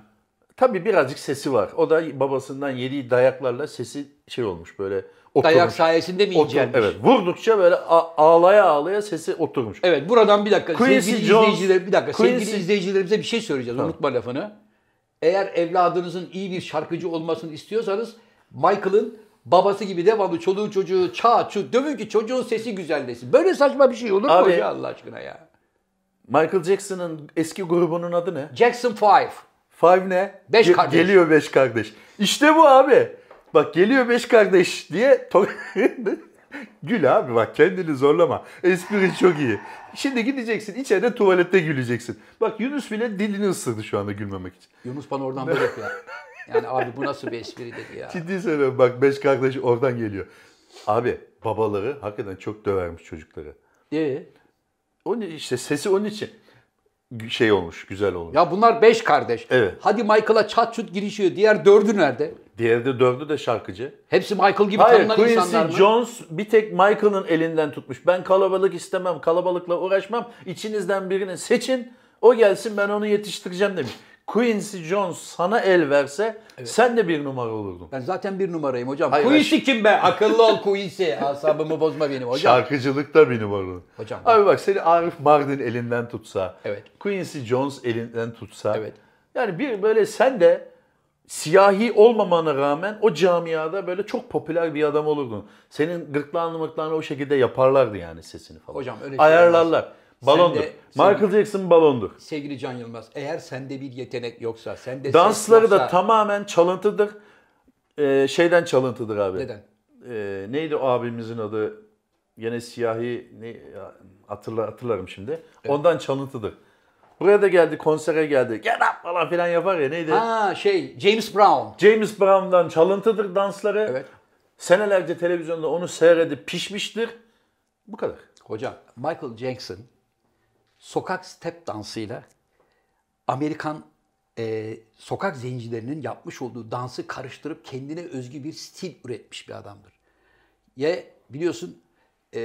S2: Tabii birazcık sesi var. O da babasından yediği dayaklarla sesi şey olmuş böyle oturmuş.
S1: Dayak sayesinde mi
S2: Otur-
S1: incelmiş?
S2: evet, vurdukça böyle a- ağlaya ağlaya sesi oturmuş.
S1: Evet buradan bir dakika
S2: Quincy
S1: sevgili
S2: Jones-
S1: izleyiciler bir dakika
S2: Quincy-
S1: sevgili izleyicilerimize bir şey söyleyeceğiz. Unutma lafını. Eğer evladınızın iyi bir şarkıcı olmasını istiyorsanız Michael'ın babası gibi devamlı çoluğu çocuğu çağ çu dövün ki çocuğun sesi güzelleşsin. Böyle saçma bir şey olur mu
S2: Abi-
S1: hoca Allah aşkına ya?
S2: Michael Jackson'ın eski grubunun adı ne?
S1: Jackson 5.
S2: Five ne?
S1: Beş
S2: Ge-
S1: kardeş.
S2: Geliyor beş kardeş. İşte bu abi. Bak geliyor beş kardeş diye. to- Gül abi bak kendini zorlama. Espri çok iyi. Şimdi gideceksin içeride tuvalette güleceksin. Bak Yunus bile dilini ısırdı şu anda gülmemek için.
S1: Yunus bana oradan böyle yapıyor. Yani abi bu nasıl bir espri dedi ya.
S2: Ciddi söylüyorum bak beş kardeş oradan geliyor. Abi babaları hakikaten çok dövermiş çocukları.
S1: Ee,
S2: Onun işte sesi onun için şey olmuş, güzel olmuş.
S1: ya bunlar beş kardeş.
S2: Evet.
S1: Hadi Michael'a çat çut girişiyor. Diğer dördü nerede?
S2: Diğeri de dördü de şarkıcı.
S1: Hepsi Michael gibi
S2: Hayır,
S1: tanınan insanlar mı?
S2: Quincy Jones bir tek Michael'ın elinden tutmuş. Ben kalabalık istemem, kalabalıkla uğraşmam. İçinizden birini seçin, o gelsin ben onu yetiştireceğim demiş. Quincy Jones sana el verse sen de bir numara olurdun.
S1: Ben zaten bir numarayım hocam.
S2: Hayır,
S1: Quincy kim be? Akıllı ol Quincy. Asabımı bozma benim hocam.
S2: Şarkıcılıkta bir numara olurdun.
S1: Hocam.
S2: Abi bak seni Arif Mardin elinden tutsa,
S1: Evet.
S2: Quincy Jones elinden tutsa.
S1: Evet.
S2: Yani bir böyle sen de siyahi olmamana rağmen o camiada böyle çok popüler bir adam olurdun. Senin gırtlağını mırtlağını o şekilde yaparlardı yani sesini falan.
S1: Hocam öyle şey
S2: Ayarlarlar. Balondur.
S1: Sen de-
S2: Michael Jackson balondur.
S1: Sevgili Can Yılmaz, eğer sende bir yetenek yoksa, sende ses
S2: Dansları da
S1: yoksa-
S2: tamamen çalıntıdır. Ee, şeyden çalıntıdır abi.
S1: Neden?
S2: Ee, neydi o abimizin adı? Gene siyahi ne, ya, hatırla, hatırlarım şimdi. Ondan çalıntıdır. Buraya da geldi, konsere geldi. Get up falan filan yapar ya neydi?
S1: Ha şey, James Brown.
S2: James Brown'dan çalıntıdır dansları.
S1: Evet.
S2: Senelerce televizyonda onu seyredip pişmiştir. Bu kadar.
S1: Hocam Michael Jackson sokak step dansıyla Amerikan e, sokak zencilerinin yapmış olduğu dansı karıştırıp kendine özgü bir stil üretmiş bir adamdır. Ya biliyorsun e,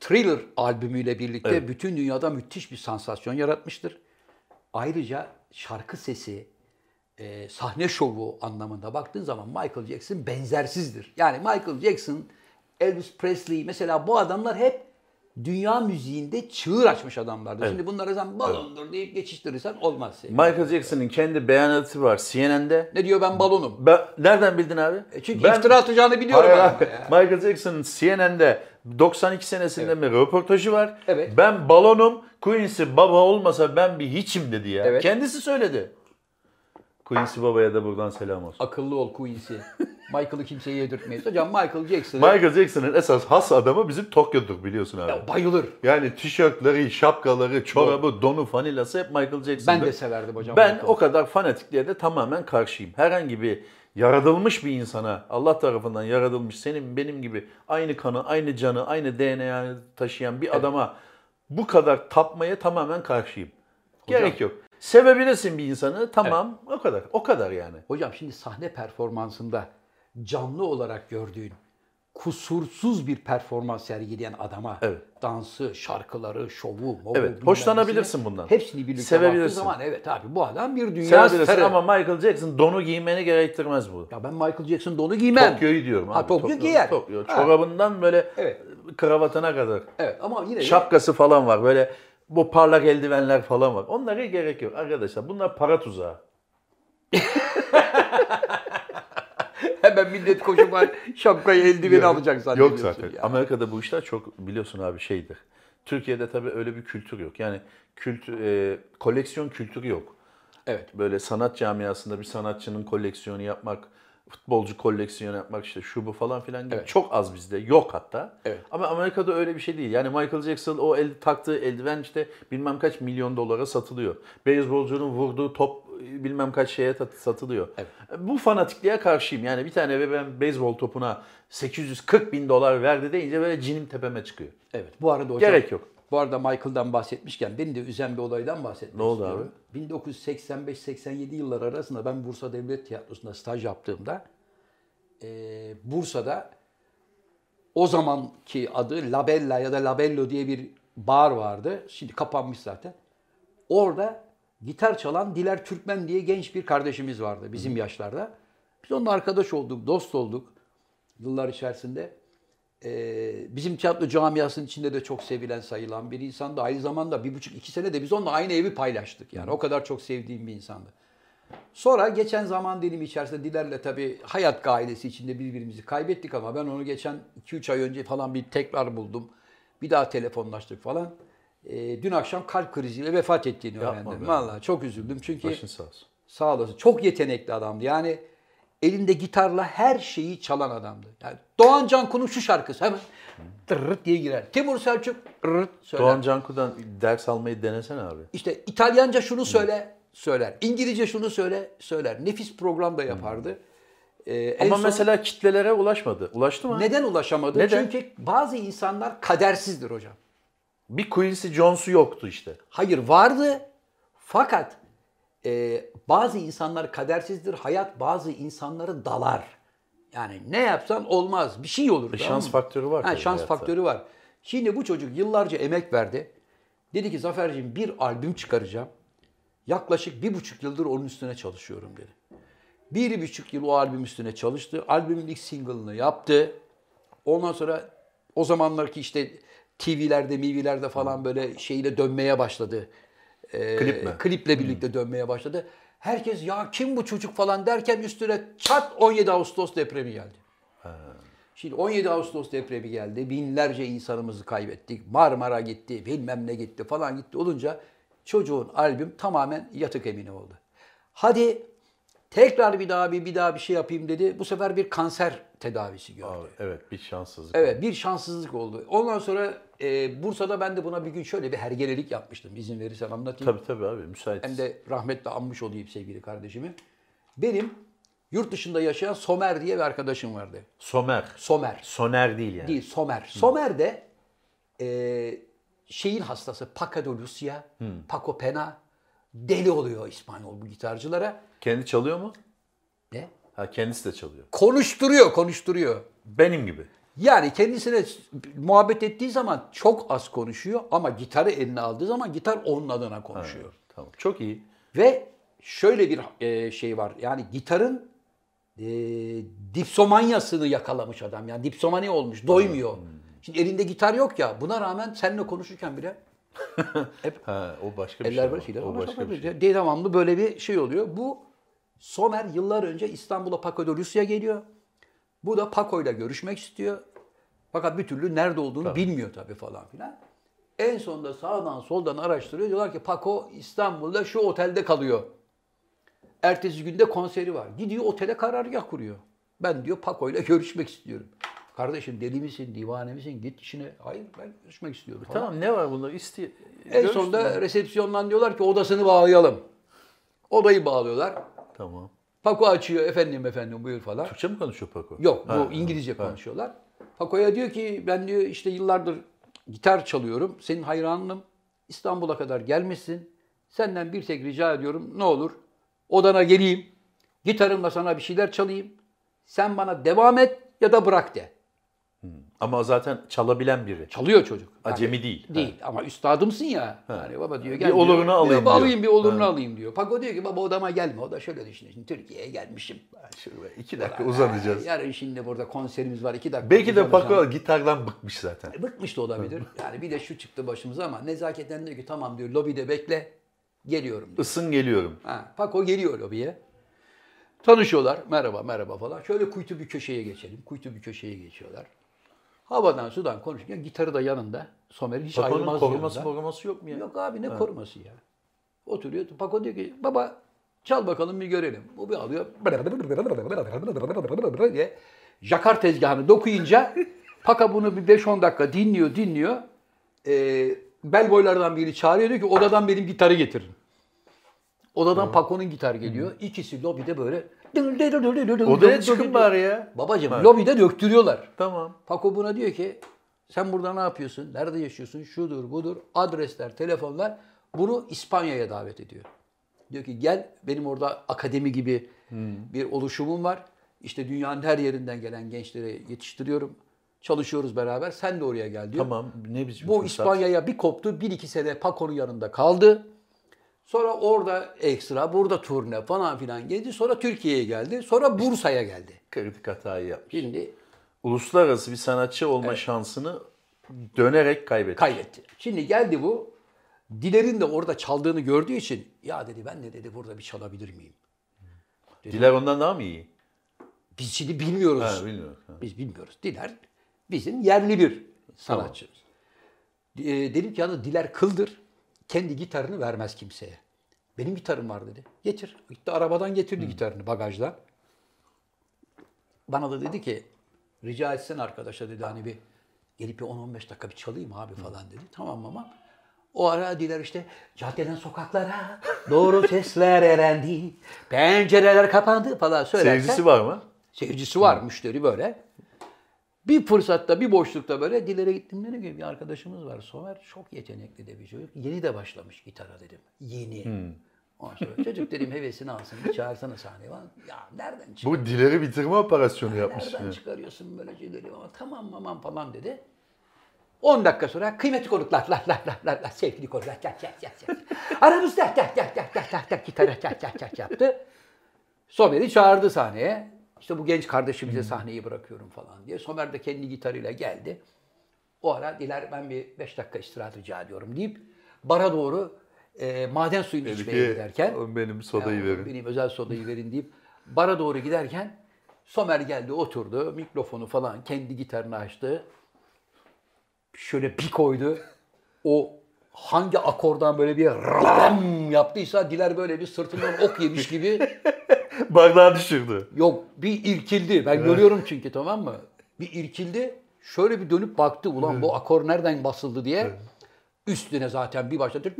S1: Thriller albümüyle birlikte bütün dünyada müthiş bir sansasyon yaratmıştır. Ayrıca şarkı sesi, e, sahne şovu anlamında baktığın zaman Michael Jackson benzersizdir. Yani Michael Jackson, Elvis Presley mesela bu adamlar hep dünya müziğinde çığır açmış adamlardır. Şimdi bunlara sen balondur deyip geçiştirirsen olmaz. senin.
S2: Michael Jackson'ın kendi beyanatı var CNN'de.
S1: Ne diyor ben balonum.
S2: Ben, nereden bildin abi?
S1: E çünkü
S2: Ben-
S1: iftira atacağını biliyorum.
S2: Hayır,
S1: adamlara
S2: hayır.
S1: ya.
S2: Michael Jackson'ın CNN'de 92 senesinde bir röportajı var.
S1: Evet.
S2: Ben balonum, Quincy Baba olmasa ben bir hiçim dedi ya.
S1: Evet.
S2: Kendisi söyledi. Quincy Baba'ya da buradan selam olsun.
S1: Akıllı ol Quincy. Michael'ı kimseye yedirtmeyiz. Hocam Michael Jackson'ı
S2: Michael Jackson'ın esas has adamı bizim Tokyo'dur biliyorsun abi.
S1: Ya bayılır.
S2: Yani tişörtleri, şapkaları, çorabı, donu, fanilası hep Michael Jackson'dı.
S1: Ben de severdim hocam.
S2: Ben
S1: Michael'ı.
S2: o kadar fanatikliğe de tamamen karşıyım. Herhangi bir yaratılmış bir insana, Allah tarafından yaratılmış senin benim gibi aynı kanı, aynı canı, aynı DNA'yı taşıyan bir adama bu kadar tapmaya tamamen karşıyım. Gerek yok. Sevebilirsin bir insanı tamam o kadar. O kadar yani.
S1: Hocam şimdi sahne performansında canlı olarak gördüğün kusursuz bir performans sergileyen adama
S2: Evet.
S1: dansı, şarkıları, şovu, movu,
S2: Evet,
S1: bilmem
S2: hoşlanabilirsin
S1: nesini,
S2: bundan.
S1: Hepsini birlikte baktığın
S2: Sevebilirsin.
S1: zaman evet abi bu adam bir dünya
S2: Sevebilirsin
S1: starı.
S2: ama Michael Jackson donu giymeni gerektirmez bu.
S1: Ya ben Michael Jackson donu giymem.
S2: Tokyo'yu diyorum abi.
S1: Ha, Tokyo giyer.
S2: Tokyo.
S1: Ha.
S2: Çorabından böyle
S1: Evet.
S2: kravatına kadar.
S1: Evet ama yine de-
S2: Şapkası falan var. Böyle bu parlak eldivenler falan var. Onlara gerek yok arkadaşlar. Bunlar para tuzağı.
S1: hemen millet koşup var şapkayı eldiveni alacak zannediyorsun.
S2: Yok zaten.
S1: ya.
S2: Amerika'da bu işler çok biliyorsun abi şeydir. Türkiye'de tabii öyle bir kültür yok. Yani kültür, koleksiyon kültürü yok.
S1: Evet.
S2: Böyle sanat camiasında bir sanatçının koleksiyonu yapmak, futbolcu koleksiyonu yapmak işte şu bu falan filan gibi çok az bizde. Yok hatta.
S1: Evet.
S2: Ama Amerika'da öyle bir şey değil. Yani Michael Jackson o el, taktığı eldiven işte bilmem kaç milyon dolara satılıyor. Beyzbolcunun vurduğu top e, bilmem kaç şeye tat- satılıyor. Bu fanatikliğe karşıyım. Yani bir tane ve ben beyzbol topuna 840 bin dolar verdi deyince böyle cinim tepeme çıkıyor.
S1: Evet. Bu arada hocam.
S2: Gerek yok.
S1: Bu arada Michael'dan bahsetmişken beni de üzen bir olaydan bahsetmek
S2: Ne oldu
S1: istiyorum. 1985-87 yılları arasında ben Bursa Devlet Tiyatrosu'nda staj yaptığımda eee, Bursa'da o zamanki adı Labella ya da Labello diye bir bar vardı. Şimdi kapanmış zaten. Orada gitar çalan Diler Türkmen diye genç bir kardeşimiz vardı bizim yaşlarda. Biz onunla arkadaş olduk, dost olduk yıllar içerisinde. Ee, bizim tiyatro camiasının içinde de çok sevilen sayılan bir insandı. Aynı zamanda bir buçuk iki sene de biz onunla aynı evi paylaştık. Yani o kadar çok sevdiğim bir insandı. Sonra geçen zaman dilimi içerisinde Diler'le tabii hayat gailesi içinde birbirimizi kaybettik ama ben onu geçen 2-3 ay önce falan bir tekrar buldum. Bir daha telefonlaştık falan. Ee, dün akşam kalp kriziyle vefat ettiğini öğrendim.
S2: be.
S1: Vallahi çok üzüldüm çünkü
S2: Başın sağ olsun.
S1: sağ olasın çok yetenekli adamdı. Yani elinde gitarla her şeyi çalan adamdı. Yani Doğan Canku'nun şu şarkısı hemen tırırt diye girer. Timur Selçuk tırırt söyler.
S2: Doğan Canku'dan ders almayı denesene abi.
S1: İşte İtalyanca şunu söyle söyler. İngilizce şunu söyle söyler. Nefis program da yapardı. Ee, en
S2: Hmm. Ama
S1: son-
S2: mesela kitlelere ulaşmadı. Ulaştı mı?
S1: neden ulaşamadı?
S2: Neden?
S1: Çünkü bazı insanlar kadersizdir hocam.
S2: Bir Quincy Jones'u yoktu işte.
S1: Hayır vardı fakat e, bazı insanlar kadersizdir. Hayat bazı insanları dalar. Yani ne yapsan olmaz. Bir şey olur. tamam
S2: şans
S1: mı?
S2: faktörü var
S1: Ha,
S2: tabii
S1: şans
S2: hayatta.
S1: faktörü var. Şimdi bu çocuk yıllarca emek verdi. Dedi ki Zafer'cim bir albüm çıkaracağım. Yaklaşık bir buçuk yıldır onun üstüne çalışıyorum dedi. Bir buçuk yıl o albüm üstüne çalıştı. Albümün ilk single'ını yaptı. Ondan sonra o zamanlarki işte TV'lerde, MV'lerde falan böyle şeyle dönmeye başladı. Ee,
S2: Klip mi?
S1: Kliple birlikte dönmeye başladı. Herkes ya kim bu çocuk falan derken üstüne çat 17 Ağustos depremi geldi. Şimdi 17 Ağustos depremi geldi. Binlerce insanımızı kaybettik. Marmara gitti, bilmem ne gitti falan gitti olunca çocuğun albüm tamamen yatık emini oldu. Hadi tekrar bir daha bir, bir daha bir şey yapayım dedi. Bu sefer bir kanser tedavisi gördü.
S2: Abi, evet bir şanssızlık.
S1: Evet bir şanssızlık oldu. Ondan sonra e, Bursa'da ben de buna bir gün şöyle bir hergelelik yapmıştım. İzin verirsen anlatayım.
S2: Tabii tabii abi müsait.
S1: Hem de rahmetle anmış olayım sevgili kardeşimi. Benim yurt dışında yaşayan Somer diye bir arkadaşım vardı.
S2: Somer.
S1: Somer.
S2: Soner değil yani.
S1: Değil Somer. Somer de e, şeyin hastası Pacadolusia, Paco Pena deli oluyor İspanyol bu gitarcılara.
S2: Kendi çalıyor mu?
S1: Ne?
S2: Ha kendisi de çalıyor.
S1: Konuşturuyor, konuşturuyor.
S2: Benim gibi.
S1: Yani kendisine muhabbet ettiği zaman çok az konuşuyor ama gitarı eline aldığı zaman gitar onun adına konuşuyor.
S2: Tamam. Çok iyi.
S1: Ve şöyle bir e, şey var. Yani gitarın e, dipsomanyasını yakalamış adam. Yani dipsomani olmuş, doymuyor. Şimdi elinde gitar yok ya. Buna rağmen seninle konuşurken bile hep
S2: Ha o başka bir şey.
S1: eller
S2: ama.
S1: başıyla
S2: O başka bir şey.
S1: konuşabilir. Devamlı böyle bir şey oluyor. Bu Somer yıllar önce İstanbul'a Paco de Lucia geliyor. Bu da Paco'yla görüşmek istiyor. Fakat bir türlü nerede olduğunu bilmiyor tabii falan filan. En sonunda sağdan soldan araştırıyor. Diyorlar ki Paco İstanbul'da şu otelde kalıyor. Ertesi günde konseri var. Gidiyor otele karargah kuruyor. Ben diyor Paco'yla görüşmek istiyorum. Kardeşim deli misin, divane misin? Git işine. Hayır ben görüşmek istiyorum. falan.
S2: Tamam ne var bunda? İste...
S1: En
S2: Görüş-
S1: sonunda resepsiyondan diyorlar ki odasını bağlayalım. Odayı bağlıyorlar.
S2: Tamam.
S1: Paco açıyor efendim efendim buyur falan.
S2: Türkçe mi konuşuyor Paco?
S1: Yok bu
S2: Ha,
S1: İngilizce konuşuyorlar. Paco'ya diyor ki ben diyor işte yıllardır gitar çalıyorum. Senin hayranınım. İstanbul'a kadar gelmişsin. Senden bir tek rica ediyorum ne olur odana geleyim. Gitarımla sana bir şeyler çalayım. Sen bana devam et ya da bırak de.
S2: Ama zaten çalabilen biri.
S1: Çalıyor çocuk.
S2: Acemi değil.
S1: Değil ama üstadımsın ya. Yani baba diyor
S2: Bir
S1: gel. diyor,
S2: olurunu alayım
S1: Bir
S2: diyor.
S1: alayım bir olurunu alayım diyor. Paco diyor ki baba odama gelme. O da şöyle düşünüyor. Şimdi Türkiye'ye gelmişim.
S2: Şöyle iki dakika uzanacağız.
S1: Yarın şimdi burada konserimiz var. iki dakika.
S2: Belki de
S1: uzanacağım. E,
S2: Paco gitardan bıkmış zaten.
S1: Bıkmış da olabilir. Yani bir de şu çıktı başımıza ama nezaketen diyor ki tamam diyor lobide bekle. Geliyorum diyor.
S2: Isın geliyorum.
S1: Ha, Paco geliyor lobiye. Tanışıyorlar. Merhaba merhaba falan. Şöyle kuytu bir köşeye geçelim. Kuytu bir köşeye geçiyorlar. Havadan sudan konuşurken gitarı da yanında. Somer'in hiç
S2: Paco'nun
S1: ayrılmaz
S2: koruması
S1: yanında.
S2: koruması yok mu ya?
S1: Yok abi ne koruması ya. Oturuyor. Paco diyor ki baba çal bakalım bir görelim. Bu bir alıyor. diye jakar tezgahını dokuyunca Paco bunu bir 5-10 dakika dinliyor dinliyor. Ee, bel boylardan biri çağırıyor diyor ki odadan benim gitarı getirin. Odadan Paco'nun gitar geliyor. İkisi lobide böyle.
S2: Odaya çıkın bari ya.
S1: Babacım lobide döktürüyorlar.
S2: Tamam.
S1: Paco buna diyor ki sen burada ne yapıyorsun? Nerede yaşıyorsun? Şudur budur. Adresler, telefonlar. Bunu İspanya'ya davet ediyor. Diyor ki gel benim orada akademi gibi
S2: Hmm.
S1: bir oluşumum var. İşte dünyanın her yerinden gelen gençleri yetiştiriyorum. Çalışıyoruz beraber. Sen de oraya gel diyor.
S2: Tamam. Ne bizim
S1: Bu
S2: fırsat?
S1: İspanya'ya bir koptu. Bir iki sene Paco'nun yanında kaldı. Sonra orada ekstra, burada turne falan filan geldi. Sonra Türkiye'ye geldi. Sonra Bursa'ya geldi.
S2: Kritik hatayı yapmış.
S1: Şimdi
S2: Uluslararası bir sanatçı olma şansını dönerek kaybetti.
S1: kaybetti. Şimdi geldi bu. Diler'in de orada çaldığını gördüğü için ya dedi ben de dedi burada bir çalabilir miyim?
S2: Diler ondan daha mı iyi?
S1: Biz şimdi bilmiyoruz.
S2: Ha, bilmiyorum. Ha.
S1: Biz bilmiyoruz. Diler bizim yerli bir sanatçımız. E, dedim ki yalnız Diler kıldır. Kendi gitarını vermez kimseye. Benim gitarım var dedi. Getir. Gitti arabadan getirdi gitarını bagajdan. Bana da dedi ki rica etsen arkadaşa dedi hani bir gelip bir 10-15 dakika bir çalayım abi falan dedi. Tamam ama o ara Diler işte caddeden sokaklara doğru sesler erendi. Pencereler kapandı falan söylerken.
S2: Sevgisi var mı?
S1: Seyircisi var, müşteri böyle. Bir fırsatta, bir boşlukta böyle dilere gittim. Dedim ki bir arkadaşımız var Somer. Çok yetenekli de bir çocuk. Yeni de başlamış gitara dedim. Yeni. Ondan sonra çocuk dedim hevesini alsın. Bir çağırsana sahneye falan. Ya nereden çık?
S2: Bu dileri bitirme operasyonu yapmış.
S1: Nereden çıkarıyorsun böyle şeyleri? Ama tamam mamam falan dedi. 10 dakika sonra kıymetli konuklar, lah lah lah lah lah, sevgili konuklar, lah lah lah lah. Aramızda lah lah lah lah lah lah, gitar lah lah lah lah yaptı. Somer'i çağırdı sahneye. İşte bu genç kardeşimize sahneyi bırakıyorum falan diye. Somer de kendi gitarıyla geldi. O ara Diler ben bir 5 dakika istirahat rica ediyorum deyip bara doğru e, maden suyunu
S2: Dedi
S1: içmeye
S2: ki,
S1: giderken
S2: benim sodayı
S1: "Ya,
S2: verin.
S1: Benim özel sodayı verin deyip bara doğru giderken Somer geldi oturdu. Mikrofonu falan kendi gitarını açtı. Şöyle bir koydu. O hangi akordan böyle bir ram yaptıysa Diler böyle bir sırtından ok yemiş gibi
S2: Bardağı düşürdü.
S1: Yok bir irkildi. Ben görüyorum çünkü tamam mı? Bir irkildi. Şöyle bir dönüp baktı. Ulan bu akor nereden basıldı diye. Üstüne zaten bir başladı.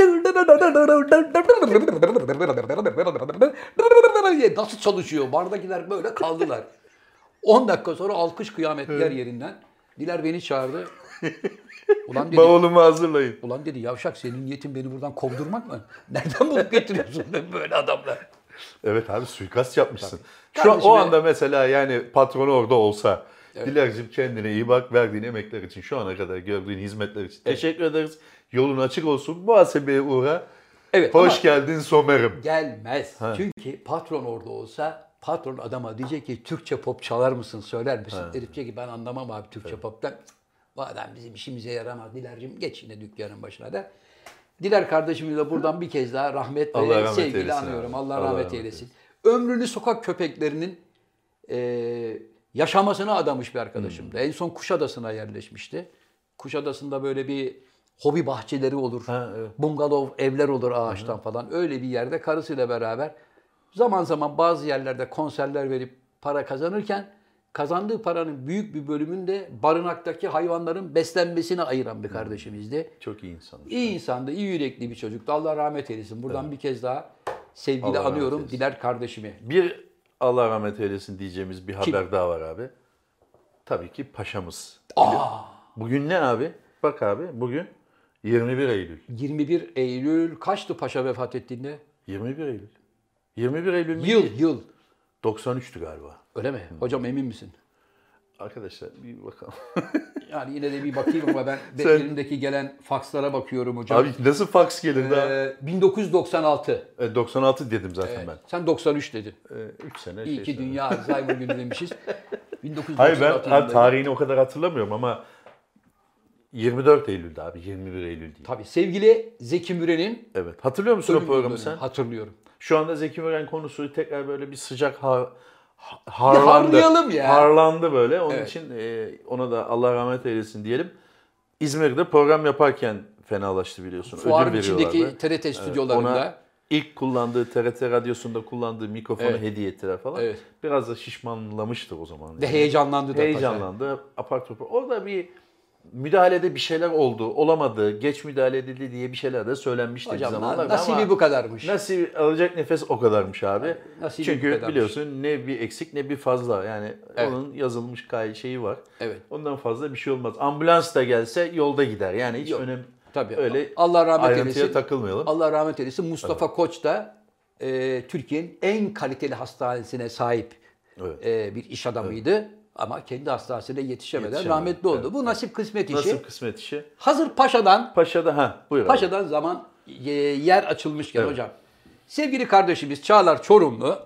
S1: diye Nasıl çalışıyor? Bardakiler böyle kaldılar. 10 dakika sonra alkış kıyametler yerinden. Diler beni çağırdı. Ulan dedi,
S2: Bavulumu hazırlayın.
S1: ulan dedi yavşak senin niyetin beni buradan kovdurmak mı? Nereden bulup getiriyorsun böyle adamlar?
S2: Evet abi suikast yapmışsın. Şu an,
S1: Kardeşim
S2: o
S1: ya.
S2: anda mesela yani patronu orada olsa Dilercim kendine iyi bak verdiğin emekler için şu ana kadar gördüğün hizmetler için teşekkür ederiz. Yolun açık olsun. Muhasebeye uğra.
S1: Evet
S2: Hoş
S1: ama-
S2: geldin Somer'im.
S1: Gelmez. Çünkü patron orada olsa patron adama diyecek ki Türkçe pop çalar mısın söyler misin? Herif diyecek ki ben anlamam abi Türkçe pop'tan. Cık, Bu adam bizim işimize yaramaz. Diler'cim geç yine dükkanın başına da. Diler kardeşimi de buradan bir kez daha rahmet
S2: Allah
S1: ve
S2: rahmet
S1: sevgili
S2: eylesin
S1: anıyorum.
S2: abi.
S1: Allah,
S2: Allah
S1: rahmet
S2: rahmet
S1: eylesin. Ömrünü sokak köpeklerinin eee, yaşamasına adamış bir arkadaşımdı.
S2: Hmm.
S1: En son Kuşadası'na yerleşmişti. Kuşadası'nda böyle bir hobi bahçeleri olur.
S2: Ha, evet.
S1: Bungalov evler olur ağaçtan falan. Öyle bir yerde karısıyla beraber zaman zaman bazı yerlerde konserler verip para kazanırken kazandığı paranın büyük bir bölümünü de barınaktaki hayvanların beslenmesine ayıran
S2: Hmm.
S1: bir kardeşimizdi.
S2: Çok iyi insan.
S1: İyi insandı, iyi yürekli bir çocuktu. Allah rahmet eylesin. Buradan bir kez daha
S2: Allah
S1: sevgili
S2: rahmet
S1: anıyorum
S2: eylesin.
S1: Diler kardeşimi.
S2: Bir Allah rahmet eylesin diyeceğimiz bir haber daha var abi. Tabii ki paşamız.
S1: Aa!
S2: Bugün ne abi? Bak abi bugün 21 Eylül.
S1: 21 Eylül kaçtı paşa vefat ettiğinde?
S2: 21 Eylül. 21 Eylül mi?
S1: Yıl, yıl.
S2: 93'tü galiba.
S1: Öyle mi?
S2: Hmm.
S1: Hocam emin misin?
S2: Arkadaşlar bir bakalım.
S1: Yani yine de bir bakayım ama ben
S2: Sen-
S1: elimdeki gelen fakslara bakıyorum hocam.
S2: Abi nasıl fax gelir daha?
S1: Ee, 1996.
S2: E, 96 dedim zaten ben.
S1: Sen 93 dedin.
S2: 3 sene
S1: İyi
S2: şey
S1: ki
S2: sonra.
S1: dünya Alzheimer günü demişiz. 1996
S2: Hayır ben ha,
S1: yılında.
S2: tarihini o kadar hatırlamıyorum ama 24 Eylül'de abi 21 Eylül değil.
S1: Tabii sevgili Zeki Müren'in
S2: Evet. Hatırlıyor musun
S1: ölüm
S2: o programı
S1: yıldönümü
S2: sen?
S1: hatırlıyorum.
S2: Şu anda Zeki Müren konusu tekrar böyle bir sıcak har ha-
S1: harlayalım ya.
S2: Harlandı böyle. Onun
S1: Evet.
S2: için e, ona da Allah rahmet eylesin diyelim. İzmir'de program yaparken fenalaştı biliyorsun.
S1: Fuarın
S2: Ödül veriyorlardı.
S1: içindeki TRT stüdyolarında.
S2: Ona ilk kullandığı TRT radyosunda kullandığı mikrofonu
S1: Evet.
S2: hediye ettiler falan.
S1: Evet.
S2: Biraz da şişmanlamıştı o zaman.
S1: Ve heyecanlandı da.
S2: Hani Heyecanlandı. Apar topar. Orada bir müdahalede bir şeyler oldu, olamadı, geç müdahale edildi diye bir şeyler de söylenmişti
S1: paşa.
S2: bir
S1: Hocam
S2: zamanlar.
S1: nasibi
S2: Ama
S1: bu kadarmış.
S2: Nasip alacak nefes o kadarmış abi.
S1: Nasibi bu
S2: Çünkü
S1: kadarmış.
S2: biliyorsun ne bir eksik ne bir fazla. Yani onun yazılmış kay şeyi var.
S1: Evet.
S2: Ondan fazla bir şey olmaz. Ambulans da gelse yolda gider. Yani hiç önemli.
S1: Tabii.
S2: Öyle
S1: Allah rahmet
S2: ayrıntıya
S1: eylesin.
S2: takılmayalım.
S1: Allah rahmet eylesin. Mustafa Koç da e, Türkiye'nin en kaliteli hastanesine sahip
S2: Evet.
S1: e, bir iş adamıydı. Ama kendi hastanesine yetişemeden
S2: Yetişemedi,
S1: rahmetli oldu.
S2: evet.
S1: Bu nasip kısmet işi.
S2: Nasip kısmet işi.
S1: Hazır Paşa'dan
S2: Paşa'da ha buyur. abi.
S1: Paşa'dan zaman e, yer açılmışken
S2: Evet.
S1: hocam. Sevgili kardeşimiz Çağlar Çorumlu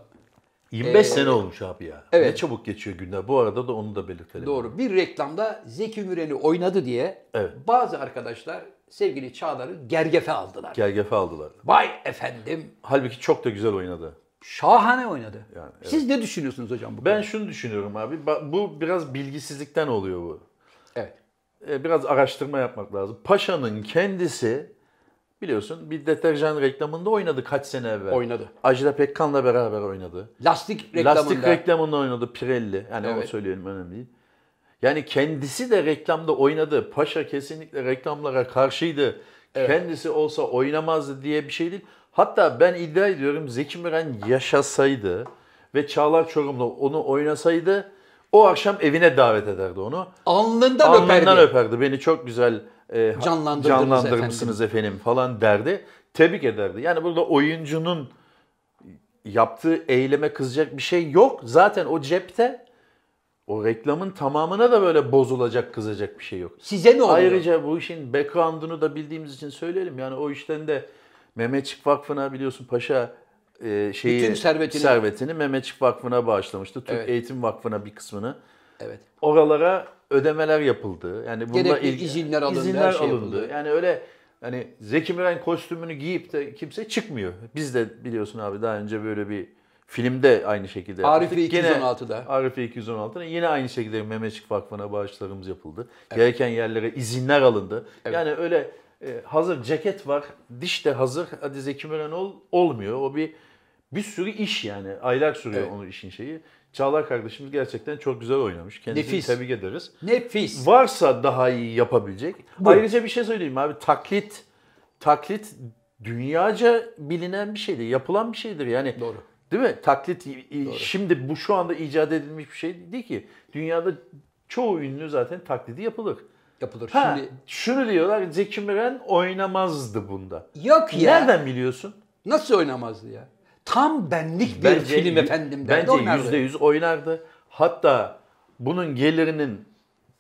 S2: 25 sene olmuş abi ya.
S1: e, evet.
S2: Ne çabuk geçiyor günler. Bu arada da onu da belirtelim.
S1: doğru bir reklamda Zeki Müren'i oynadı diye
S2: Evet.
S1: bazı arkadaşlar sevgili Çağlar'ı gergefe aldılar.
S2: Gergefe aldılar.
S1: Vay efendim
S2: Halbuki çok da güzel oynadı.
S1: şahane oynadı.
S2: Yani, evet.
S1: Siz ne düşünüyorsunuz hocam bu
S2: Ben şunu düşünüyorum abi. ba- Bu biraz bilgisizlikten oluyor bu.
S1: Evet.
S2: E, Biraz araştırma yapmak lazım. Paşa'nın kendisi biliyorsun bir deterjan reklamında oynadı kaç sene evvel.
S1: Oynadı.
S2: Ajda Pekkan'la beraber oynadı.
S1: Lastik reklamında.
S2: Lastik reklamında oynadı Pirelli. Yani onu
S1: Evet.
S2: söyleyelim önemli değil. Yani kendisi de reklamda oynadı. Paşa kesinlikle reklamlara karşıydı. Kendisi olsa oynamazdı diye bir şey değil. Hatta ben iddia ediyorum Zeki Müren yaşasaydı ve Çağlar Çorumlu onu oynasaydı o akşam evine davet ederdi onu.
S1: Alnından,
S2: Alnından
S1: öperdi.
S2: öperdi. Beni çok güzel e, ha-
S1: Canlandırdınız
S2: canlandırmışsınız efendim. falan derdi. Tebrik ederdi. Yani burada oyuncunun yaptığı eyleme kızacak bir şey yok. Zaten o cepte o reklamın tamamına da böyle bozulacak, kızacak bir şey yok.
S1: Size ne oluyor?
S2: Ayrıca bu işin background'unu da bildiğimiz için söyleyelim. Yani o işten de Mehmetçik Vakfı'na biliyorsun Paşa e, şeyi
S1: Bütün servetini-
S2: servetini Mehmetçik Vakfı'na bağışlamıştı. Türk
S1: Evet.
S2: Eğitim Vakfı'na bir kısmını
S1: Evet.
S2: oralara ödemeler yapıldı. Yani bununla
S1: Gerekli
S2: ilgili
S1: izinler alındı,
S2: izinler
S1: her şey
S2: alındı.
S1: yapıldı.
S2: Yani öyle hani Zeki Müren kostümünü giyip de kimse çıkmıyor. Biz de biliyorsun abi daha önce böyle bir filmde aynı şekilde
S1: Arife
S2: yapmıştık. Gene
S1: 216'da.
S2: Arife 216'da yine aynı şekilde Memeçik Vakfı'na bağışlarımız yapıldı. Gereken yerlere izinler alındı. Yani öyle e, hazır ceket var, diş de hazır. Hadi Zeki Müren ol olmuyor. O bir bir sürü iş yani. Aylar sürüyor
S1: Evet.
S2: onun işin şeyi. Çağlar kardeşimiz gerçekten çok güzel oynamış. Kendisini
S1: Nefis.
S2: tebrik ederiz.
S1: Nefis.
S2: Varsa daha iyi yapabilecek.
S1: Bu.
S2: Ayrıca bir şey söyleyeyim abi. Taklit taklit dünyaca bilinen bir şeydir. Yapılan bir şeydir yani.
S1: Doğru.
S2: Değil mi? Taklit i- i- şimdi bu şu anda icat edilmiş bir şey değil ki. Dünyada çoğu ünlü zaten taklidi yapılır.
S1: Yapılır.
S2: Ha,
S1: Şimdi
S2: şunu diyorlar Zeki Müren oynamazdı bunda.
S1: yok ya.
S2: Nereden biliyorsun?
S1: Nasıl oynamazdı ya? Tam benlik bir film efendim derdi
S2: Bence
S1: oynardı.
S2: yüzde yüz oynardı. Hatta bunun gelirinin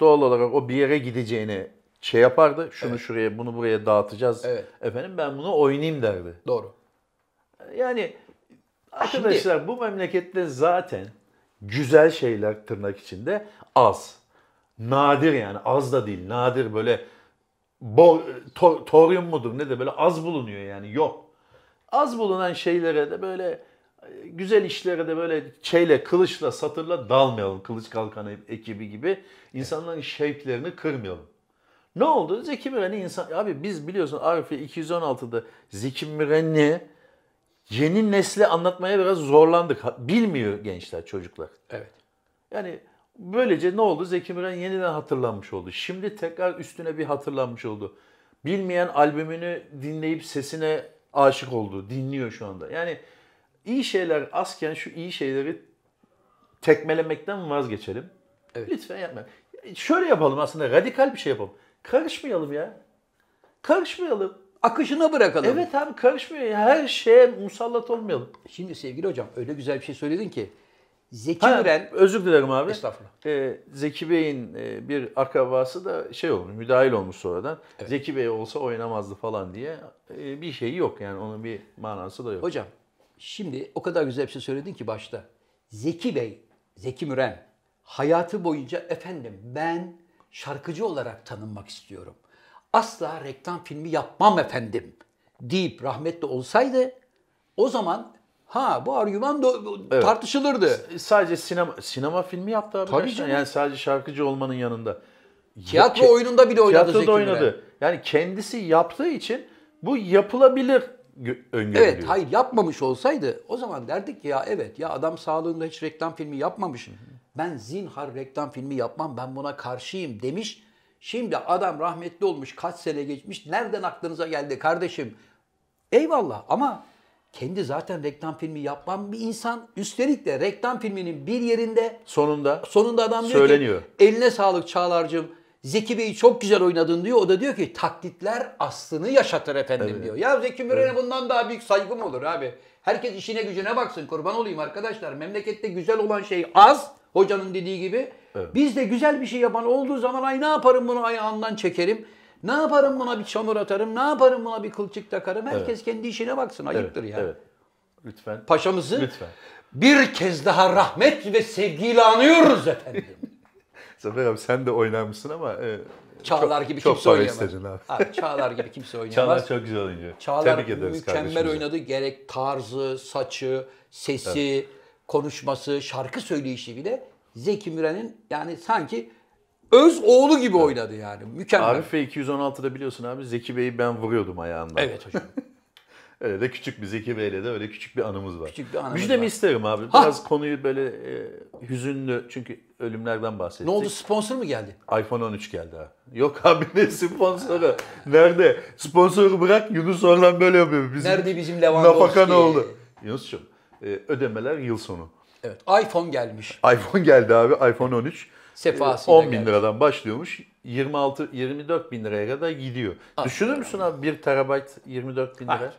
S2: doğal olarak o bir yere gideceğini şey yapardı. Şunu şuraya, bunu buraya dağıtacağız.
S1: Evet.
S2: Efendim ben bunu oynayayım derdi.
S1: Doğru.
S2: Yani arkadaşlar bu memlekette zaten güzel şeyler tırnak içinde az. Nadir yani az da değil. Nadir böyle bo, to- toryum mudur ne de böyle az bulunuyor yani yok. Az bulunan şeylere de böyle e, güzel işlere de böyle şeyle kılıçla satırla dalmayalım. Kılıç kalkan ekibi gibi insanların şevklerini kırmayalım. Ne oldu? Zeki Müren'i insan... Abi biz biliyorsun Arife 216'da Zeki Müren'i yeni nesle anlatmaya biraz zorlandık. Ha- Bilmiyor gençler, çocuklar.
S1: Evet.
S2: Yani böylece ne oldu? Zeki Müren yeniden hatırlanmış oldu. Şimdi tekrar üstüne bir hatırlanmış oldu. Bilmeyen albümünü dinleyip sesine aşık oldu. Dinliyor şu anda. Yani iyi şeyler azken şu iyi şeyleri tekmelemekten vazgeçelim.
S1: Evet.
S2: Lütfen yapma. Şöyle yapalım aslında radikal bir şey yapalım. Karışmayalım ya. Karışmayalım.
S1: Akışına bırakalım.
S2: Evet abi karışmıyor. ya. Her şeye musallat olmayalım.
S1: Şimdi sevgili hocam öyle güzel bir şey söyledin ki Zeki
S2: Ha,
S1: Müren
S2: özür dilerim abi.
S1: Estağfurullah.
S2: Ee, Zeki Bey'in e, bir akrabası da şey olmuş, müdahil olmuş sonradan. Zeki Bey olsa oynamazdı falan diye e, bir şeyi yok yani onun bir manası da yok.
S1: Hocam şimdi o kadar güzel bir şey söyledin ki başta. Zeki Bey, Zeki Müren hayatı boyunca efendim ben şarkıcı olarak tanınmak istiyorum. Asla reklam filmi yapmam efendim deyip rahmetli olsaydı o zaman ha bu argüman da tartışılırdı.
S2: E, Sadece sinema sinema filmi yaptı abi.
S1: Tabii
S2: gerçekten.
S1: canım.
S2: Yani sadece şarkıcı olmanın yanında.
S1: Tiyatro
S2: Ke-
S1: oyununda bile oynadı
S2: Tiyatroda
S1: Zeki
S2: oynadı.
S1: Müren.
S2: Yani kendisi yaptığı için bu yapılabilir gö- öngörülüyor.
S1: Evet, hayır yapmamış olsaydı o zaman derdik ki ya evet ya adam sağlığında hiç reklam filmi yapmamış. Ben zinhar reklam filmi yapmam ben buna karşıyım demiş. Şimdi adam rahmetli olmuş kaç sene geçmiş nereden aklınıza geldi kardeşim? Eyvallah ama kendi zaten reklam filmi yapan bir insan üstelik de reklam filminin bir yerinde
S2: Sonunda
S1: sonunda adam diyor
S2: Söyleniyor.
S1: ki eline sağlık Çağlar'cığım Zeki Bey'i çok güzel oynadın diyor. O da diyor ki taklitler aslını yaşatır efendim diyor. Ya Zeki Müren'e bundan daha büyük saygım olur abi. Herkes işine gücüne baksın kurban olayım arkadaşlar. Memlekette güzel olan şey az hocanın dediği gibi. Biz de güzel bir şey yapan olduğu zaman ay ne yaparım bunu ayağından çekerim. Ne yaparım buna bir çamur atarım. Ne yaparım buna bir kılçık takarım. Herkes kendi işine baksın ayıptır ya.
S2: Evet. Lütfen.
S1: Paşamızı
S2: Lütfen.
S1: bir kez daha rahmet ve sevgiyle anıyoruz efendim.
S2: Zafer abi sen de oynamışsın ama e,
S1: Çağlar gibi
S2: çok
S1: kimse
S2: para
S1: oynayamaz.
S2: istedin abi.
S1: Çağlar gibi kimse oynayamaz.
S2: Çağlar çok güzel oynuyor.
S1: Çağlar
S2: Tebrik ederiz
S1: mükemmel
S2: kardeşimize.
S1: oynadı. Gerek tarzı, saçı, sesi, konuşması, şarkı söyleyişi bile Zeki Müren'in yani sanki öz oğlu gibi oynadı yani. Mükemmel.
S2: Arife 216'da biliyorsun abi Zeki Bey'i ben vuruyordum ayağından.
S1: Evet hocam.
S2: Öyle de küçük bir Zeki Bey'le de öyle küçük bir anımız var.
S1: Küçük bir anımız
S2: Müjdemi
S1: var.
S2: isterim abi.
S1: Ha!
S2: Biraz konuyu böyle e, hüzünlü çünkü ölümlerden bahsettik.
S1: ne oldu sponsor mu geldi?
S2: iPhone 13 geldi ha. Yok abi ne sponsoru? Nerede? Sponsoru bırak Yunus oradan böyle yapıyor. Bizim
S1: Nerede bizim Lewandowski?
S2: Nafaka ne oldu? Yunus'cum e, ödemeler yıl sonu.
S1: Evet iPhone gelmiş.
S2: iPhone geldi abi iPhone 13.
S1: Sefasıyla
S2: 10 bin
S1: geldi.
S2: liradan başlıyormuş. 26 24 bin liraya kadar gidiyor. Düşünür müsün abi 1 terabayt 24 bin lira?
S1: Hayır.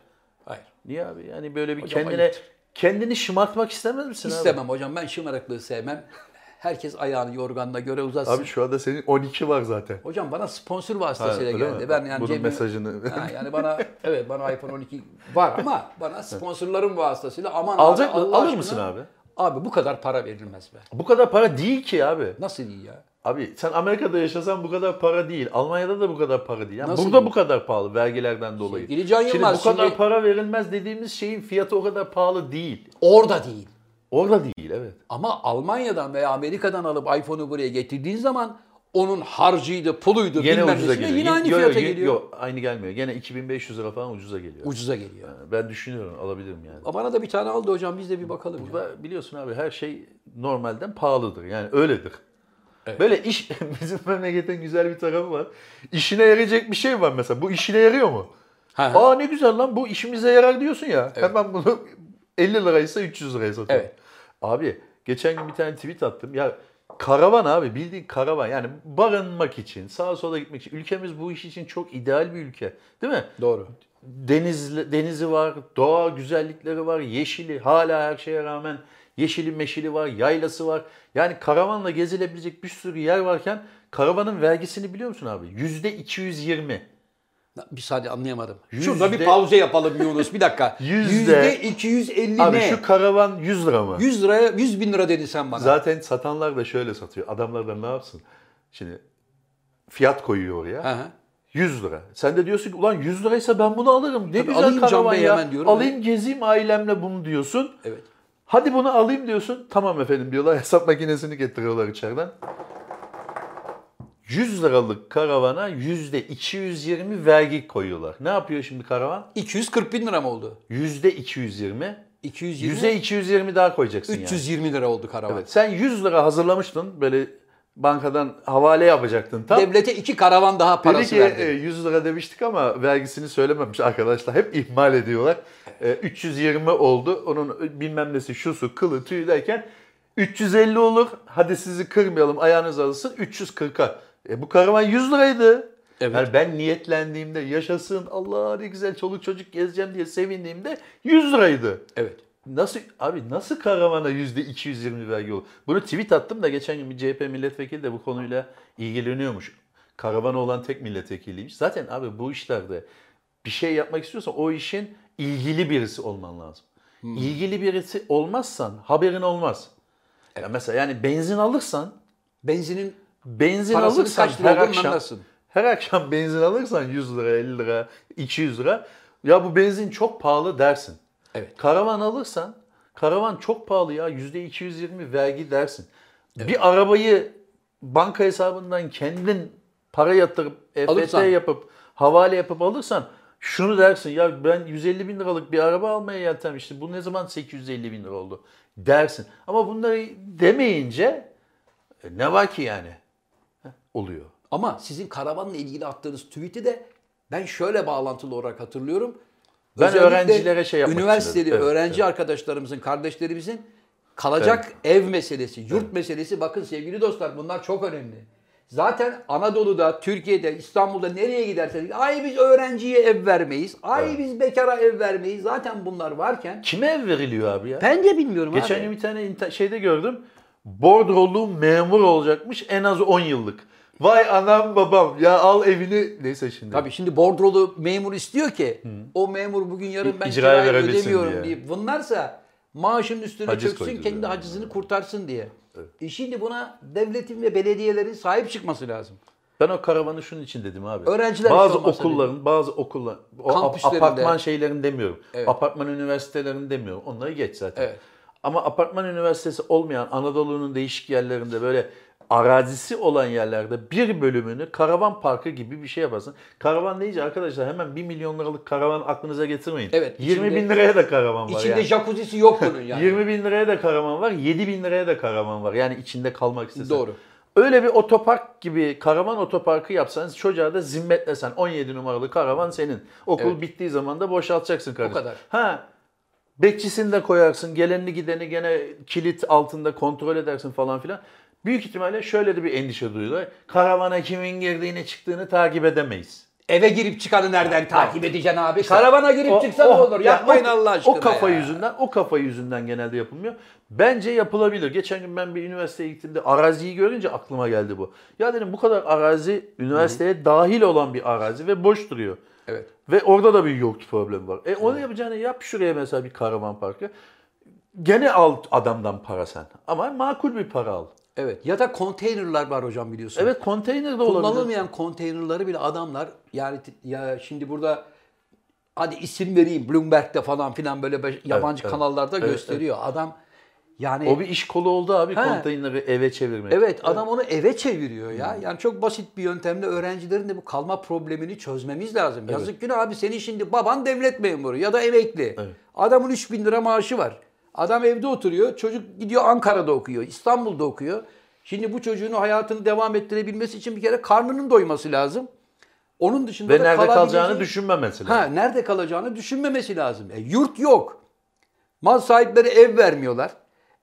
S1: Hayır.
S2: Niye abi? Yani böyle bir
S1: Hocam
S2: kendine
S1: ayıptır.
S2: kendini şımartmak istemez misin abi?
S1: İstemem hocam. Ben şımarıklığı sevmem. Herkes ayağını yorganına göre uzatsın.
S2: Abi şu anda senin 12 var zaten.
S1: Hocam bana sponsor vasıtasıyla
S2: Ha, öyle
S1: geldi.
S2: mi?
S1: Ben yani
S2: Bunun
S1: cebim-
S2: mesajını-
S1: Ha, yani bana evet bana iPhone 12 var ama bana sponsorlarım vasıtasıyla aman
S2: Alacak
S1: abi,
S2: mı?
S1: Allah
S2: Alır
S1: aşkına-
S2: mısın abi?
S1: Abi bu kadar para verilmez be.
S2: Bu kadar para değil ki abi.
S1: Nasıl iyi ya?
S2: Abi sen Amerika'da yaşasan bu kadar para değil. Almanya'da da bu kadar para değil. Yani
S1: Nasıl
S2: burada
S1: değil?
S2: bu kadar pahalı vergilerden dolayı.
S1: Sevgili Can Yılmaz,
S2: Şimdi bu kadar
S1: şimdi-
S2: para verilmez dediğimiz şeyin fiyatı o kadar pahalı değil.
S1: Orada değil.
S2: Orada değil evet.
S1: Ama Almanya'dan veya Amerika'dan alıp iPhone'u buraya getirdiğin zaman onun harcıydı, puluydu
S2: Gene
S1: bilmem
S2: ucuza
S1: nesine
S2: geliyor.
S1: yine aynı
S2: Yo, yo,
S1: fiyata
S2: yo,
S1: geliyor.
S2: yo, aynı gelmiyor. Gene 2500 lira falan ucuza geliyor. Ee,
S1: Ucuza geliyor.
S2: Ben düşünüyorum alabilirim yani.
S1: Ama Bana da bir tane aldı hocam biz de bir bakalım. ya.
S2: Burada biliyorsun abi her şey normalden pahalıdır. Yani öyledir. Böyle iş bizim memleketin güzel bir tarafı var. İşine yarayacak bir şey var mesela. Bu işine yarıyor mu?
S1: Ha.
S2: Aa ne güzel lan bu işimize yarar diyorsun ya. Hemen bunu 50 liraysa 300 liraya satıyorum.
S1: Evet.
S2: Abi geçen gün bir tane tweet attım. Ya karavan abi bildiğin karavan. Yani barınmak için, sağa sola gitmek için. Ülkemiz bu iş için çok ideal bir ülke. Değil mi?
S1: Doğru.
S2: Deniz, denizi var, doğa güzellikleri var, yeşili hala her şeye rağmen yeşili meşili var, yaylası var. Yani karavanla gezilebilecek bir sürü yer varken karavanın vergisini biliyor musun abi? Yüzde 220.
S1: Bir saniye anlayamadım.
S2: Yüzde-
S1: Şurada bir pauze yapalım Yunus bir dakika.
S2: Yüzde-
S1: Yüzde 250
S2: Abi
S1: ne?
S2: şu karavan 100 lira mı?
S1: 100 liraya 100 bin lira dedin sen bana.
S2: Zaten satanlar da şöyle satıyor. Adamlar da ne yapsın? Şimdi fiyat koyuyor oraya.
S1: Hı hı.
S2: 100 lira. Sen de diyorsun ki ulan 100 liraysa ben bunu alırım. Ne
S1: Tabii
S2: güzel
S1: alayım Can
S2: karavan
S1: Bey
S2: ya.
S1: hemen diyorum.
S2: alayım gezeyim ailemle bunu diyorsun.
S1: Evet.
S2: Hadi bunu alayım diyorsun. Tamam efendim diyorlar. Hesap makinesini getiriyorlar içeriden. 100 liralık karavana %220 vergi koyuyorlar. Ne yapıyor şimdi karavan?
S1: 240 bin lira mı oldu?
S2: %220.
S1: 220,
S2: Yüze 220 daha koyacaksın yani.
S1: 320 lira oldu karavan.
S2: Evet, Sen 100 lira hazırlamıştın. Böyle bankadan havale yapacaktın tam.
S1: Devlete iki karavan daha
S2: Dedi
S1: parası
S2: ki
S1: verdi.
S2: e, 100 lira demiştik ama vergisini söylememiş arkadaşlar. Hep ihmal ediyorlar. E, 320 oldu. Onun bilmem nesi şusu kılı tüyü derken 350 olur. Hadi sizi kırmayalım ayağınız alışsın. 340'a. E, bu karavan 100 liraydı.
S1: Evet.
S2: Yani ben niyetlendiğimde yaşasın Allah ne güzel çoluk çocuk gezeceğim diye sevindiğimde 100 liraydı.
S1: Evet.
S2: Nasıl abi nasıl karavana yüzde 220 vergi olur? Bunu tweet attım da geçen gün bir CHP milletvekili de bu konuyla ilgileniyormuş. Karavana olan tek milletvekiliymiş. Zaten abi bu işlerde bir şey yapmak istiyorsan o işin ilgili birisi olman lazım. İlgili birisi olmazsan haberin olmaz. Ya mesela yani benzin alırsan
S1: Benzinin
S2: benzin
S1: Parasını
S2: alırsan
S1: kaç lira
S2: her
S1: olduğunu
S2: akşam
S1: anlarsın.
S2: her akşam benzin alırsan 100 lira 50 lira 200 lira ya bu benzin çok pahalı dersin.
S1: Evet.
S2: Karavan alırsan karavan çok pahalı ya %220 vergi dersin. Bir arabayı banka hesabından kendin para yatırıp EFT
S1: Alırsan.
S2: yapıp havale yapıp alırsan şunu dersin ya ben 150 bin liralık bir araba almaya yeltenmiştim. Bu ne zaman 850 bin lira oldu dersin. Ama bunları demeyince e, ne var ki yani? Heh, Oluyor.
S1: ama sizin karavanla ilgili attığınız tweet'i de ben şöyle bağlantılı olarak hatırlıyorum.
S2: Ben
S1: Özellikle
S2: öğrencilere şey yapmak
S1: Üniversiteli
S2: istedim. Evet,
S1: öğrenci arkadaşlarımızın, kardeşlerimizin kalacak ev meselesi, yurt meselesi bakın sevgili dostlar bunlar çok önemli. Zaten Anadolu'da, Türkiye'de, İstanbul'da nereye giderseniz ay biz öğrenciye ev vermeyiz, ay biz bekara ev vermeyiz. Zaten bunlar varken
S2: Kime ev veriliyor abi ya?
S1: ben de bilmiyorum
S2: Geçen
S1: abi.
S2: gün bir tane inter- şeyde gördüm. Bordrolu memur olacakmış en az 10 yıllık. Vay anam babam ya al evini neyse şimdi.
S1: Tabii şimdi bordrolu memur istiyor ki o memur bugün yarın ben
S2: İcraya
S1: kirayı
S2: verebilsin
S1: ödemiyorum
S2: diye.
S1: diye. Bunlarsa maaşın üstüne
S2: Haciz
S1: çöksün
S2: koyduruyor
S1: kendi
S2: yani.
S1: hacizini kurtarsın diye. E şimdi buna devletin ve belediyelerin sahip çıkması lazım.
S2: Ben o karavanı şunun için dedim abi.
S1: Öğrenciler
S2: bazı
S1: hiç olmazsa
S2: okulların, bazı okullar, o ap-
S1: Kampüslerinde.
S2: apartman şeylerini demiyorum. Apartman üniversitelerini demiyorum. Onları geç zaten.
S1: Evet.
S2: Ama apartman üniversitesi olmayan Anadolu'nun değişik yerlerinde böyle arazisi olan yerlerde bir bölümünü karavan parkı gibi bir şey yaparsın. Karavan deyince arkadaşlar hemen 1 milyon liralık karavan aklınıza getirmeyin.
S1: Evet,
S2: 20 bin
S1: içinde-
S2: liraya da karavan var.
S1: İçinde
S2: yani.
S1: jacuzzi'si yok bunun yani.
S2: 20 bin liraya da karavan var, 7 bin liraya da karavan var. Yani içinde kalmak istesen.
S1: Doğru.
S2: Öyle bir otopark gibi karavan otoparkı yapsanız çocuğa da zimmetlesen 17 numaralı karavan senin. Okul
S1: Evet.
S2: bittiği zaman da boşaltacaksın kardeşim.
S1: kadar.
S2: Ha. Bekçisini de koyarsın, gelenini gideni gene kilit altında kontrol edersin falan filan. Büyük ihtimalle şöyle de bir endişe duyuyorlar. Karavana kimin girdiğini çıktığını takip edemeyiz.
S1: Eve girip çıkanı nereden takip edeceksin abi? Karavana girip çıksan ne olur?
S2: ya
S1: Yapmayın
S2: o-
S1: Allah aşkına
S2: O kafa
S1: ya.
S2: yüzünden, o kafa yüzünden genelde yapılmıyor. Bence yapılabilir. Geçen gün ben bir üniversiteye gittiğimde araziyi görünce aklıma geldi bu. Ya dedim bu kadar arazi üniversiteye dahil olan bir arazi ve boş duruyor.
S1: Evet.
S2: Ve orada da bir yoğurt problemi var. E onu yapacağını yap şuraya mesela bir karavan parkı. Gene al adamdan para sen. Ama makul bir para al.
S1: Evet ya da konteynerlar var hocam biliyorsun.
S2: Evet konteyner de olabilir.
S1: Kullanılmayan konteynerları bile adamlar yani t- ya şimdi burada hadi isim vereyim Bloomberg'de falan filan böyle be- yabancı
S2: evet.
S1: kanallarda
S2: Evet,
S1: gösteriyor. Adam yani
S2: O bir iş kolu oldu abi
S1: He.
S2: konteyneri eve çevirmek. Hmm.
S1: evet adam onu eve çeviriyor ya. Yani çok basit bir yöntemle öğrencilerin de bu kalma problemini çözmemiz lazım. Yazık günah abi senin şimdi baban devlet memuru ya da emekli. Adamın 3000 lira maaşı var. Adam evde oturuyor. Çocuk gidiyor Ankara'da okuyor, İstanbul'da okuyor. Şimdi bu çocuğun hayatını devam ettirebilmesi için bir kere karnının doyması lazım. Onun dışında
S2: Ve
S1: da
S2: nerede kalacağını
S1: kalabileceği-
S2: düşünmemesi
S1: Ha
S2: lazım.
S1: nerede kalacağını düşünmemesi lazım. E, yurt yok. Mal sahipleri ev vermiyorlar.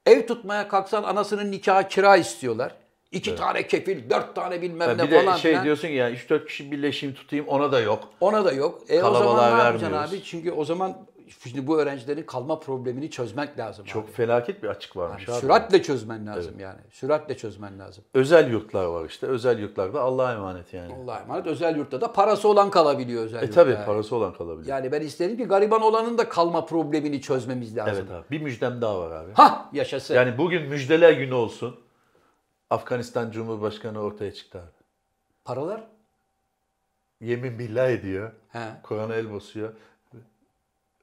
S1: Ev tutmaya kalksan anasının nikahı kira istiyorlar. İki tane kefil, dört tane bilmem
S2: Ha,
S1: ne
S2: bir de
S1: falan.
S2: şey
S1: filan.
S2: diyorsun ki ya 3-4 kişi birleşeyim tutayım ona da yok.
S1: Ona da yok. E o
S2: Kalabalığa
S1: zaman ne yapacaksın
S2: vermiyoruz.
S1: abi? Çünkü o zaman şimdi bu öğrencilerin kalma problemini çözmek lazım.
S2: Çok
S1: abi.
S2: şey felaket bir açık varmış abi.
S1: Süratle çözmen lazım yani. Süratle çözmen lazım.
S2: Özel yurtlar var işte. Özel yurtlarda Allah'a emanet yani.
S1: Allah'a emanet. Özel yurtta da parası olan kalabiliyor özel
S2: E
S1: yurtta.
S2: tabi parası olan kalabilir.
S1: Yani ben isterim ki gariban olanın da kalma problemini çözmemiz lazım.
S2: evet abi. Bir müjdem daha var abi.
S1: Hah yaşasın.
S2: Yani bugün müjdeler günü olsun. Afganistan Cumhurbaşkanı ortaya çıktı abi.
S1: Paralar?
S2: Yemin billah ediyor.
S1: He.
S2: Kur'an'a el basıyor.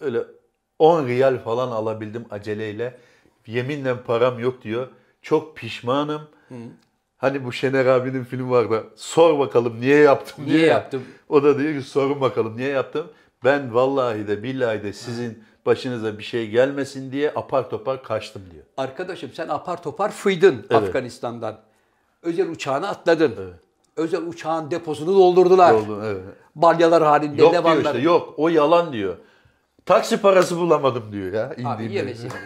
S2: Öyle 10 riyal falan alabildim aceleyle. Yeminle param yok diyor. Çok pişmanım. Hani bu Şener abinin filmi vardı. Sor bakalım niye yaptım diye.
S1: Niye yaptım?
S2: O da diyor ki sorun bakalım niye yaptım. Ben vallahi de billahi de sizin başınıza bir şey gelmesin diye apar topar kaçtım diyor.
S1: Arkadaşım sen apar topar fıydın Afganistan'dan. Özel uçağına atladın. Özel uçağın deposunu doldurdular.
S2: Oldu, evet.
S1: Balyalar halinde
S2: Yok diyor
S1: levanlar.
S2: işte yok o yalan diyor. Taksi parası bulamadım diyor ya.
S1: Abi
S2: indiğimde.
S1: yemesiniz ya.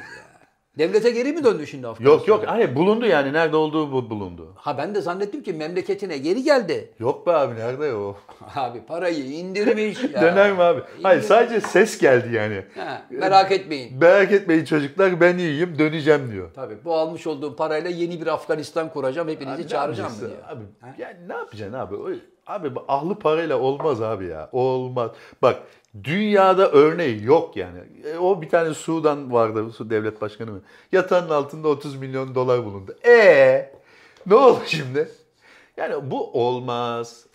S1: Devlete geri mi döndü şimdi Afganistan?
S2: Yok yok hayır bulundu yani nerede olduğu bu- bulundu.
S1: Ha ben de zannettim ki memleketine geri geldi.
S2: Yok be abi nerede o?
S1: Abi parayı indirmiş ya.
S2: Döner mi abi? Hayır
S1: İndir-
S2: sadece ses geldi yani.
S1: Ha, merak etmeyin.
S2: Merak etmeyin çocuklar ben iyiyim döneceğim diyor.
S1: Tabii bu almış olduğum parayla yeni bir Afganistan kuracağım. Hepinizi
S2: Ne
S1: çağıracağım mı
S2: yapacaksın?
S1: diyor.
S2: Abi, yani ne yapacaksın abi? O- Abi bu ahlı parayla olmaz abi ya. Olmaz. Bak dünyada örneği yok yani. E, o bir tane Sudan vardı. Su devlet başkanı mı? Yatağın altında 30 milyon dolar bulundu. E ne oldu şimdi? Yani bu olmaz.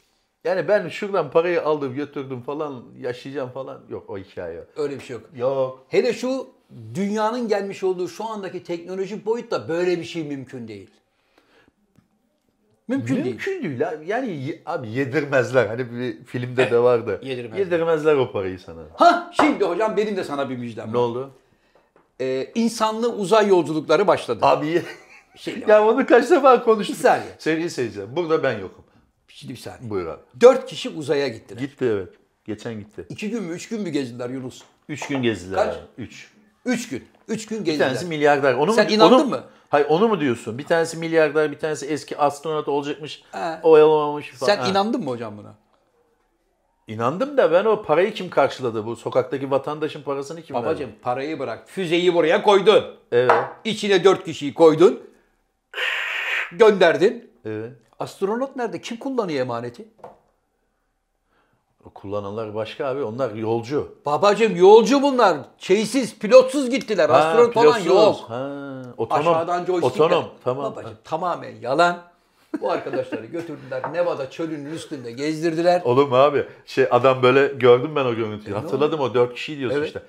S2: Yani ben şuradan parayı aldım götürdüm falan yaşayacağım falan. Yok o hikaye yok.
S1: Öyle bir şey yok.
S2: Yok.
S1: Hele şu dünyanın gelmiş olduğu şu andaki teknolojik boyutta böyle bir şey mümkün değil. Mümkün, değil.
S2: Mümkün değil. abi. Yani ye- abi yedirmezler. Hani bir filmde de vardı.
S1: yedirmezler.
S2: Yedirmezler o parayı sana.
S1: Ha şimdi hocam benim de sana bir müjdem
S2: Ne
S1: var.
S2: oldu?
S1: Ee, insanlı uzay yolculukları başladı.
S2: Abi
S1: Şey,
S2: ya onu kaç defa konuştuk.
S1: Bir saniye.
S2: Sevgili seyirciler burada ben yokum.
S1: şimdi bir saniye.
S2: Buyur abi.
S1: Dört kişi uzaya gittiler.
S2: Gitti evet. Geçen gitti.
S1: İki gün mü üç gün mü gezdiler Yunus?
S2: Üç gün gezdiler.
S1: Kaç?
S2: abi. Üç.
S1: Üç gün. Üç gün
S2: Bir
S1: gezdiler.
S2: tanesi milyarder. Onu
S1: Sen
S2: mu,
S1: inandın
S2: onu-
S1: mı?
S2: Hayır onu mu diyorsun? Bir tanesi milyarder, bir tanesi eski astronot olacakmış.
S1: He.
S2: Oyalamamış falan.
S1: Sen
S2: He.
S1: inandın mı hocam buna?
S2: İnandım da ben o parayı kim karşıladı? Bu sokaktaki vatandaşın parasını kim verdi?
S1: Babacım parayı bırak. Füzeyi buraya koydun.
S2: Evet.
S1: İçine dört kişiyi koydun. Gönderdin.
S2: evet.
S1: Astronot nerede? Kim kullanıyor emaneti?
S2: O Kullananlar başka abi. Onlar yolcu.
S1: Babacım yolcu bunlar. Şeysiz, pilotsuz gittiler.
S2: Ha,
S1: Astronot falan
S2: pilotsuz.
S1: yok.
S2: Ha, otonom.
S1: Aşağıdan joystickle.
S2: Otonom. Tamam.
S1: Babacım tamamen yalan. Bu arkadaşları götürdüler Nevada çölünün üstünde gezdirdiler.
S2: Oğlum abi şey adam böyle gördüm ben o görüntüyü. Hatırladım o dört kişi diyorsun
S1: E, Evet.
S2: işte.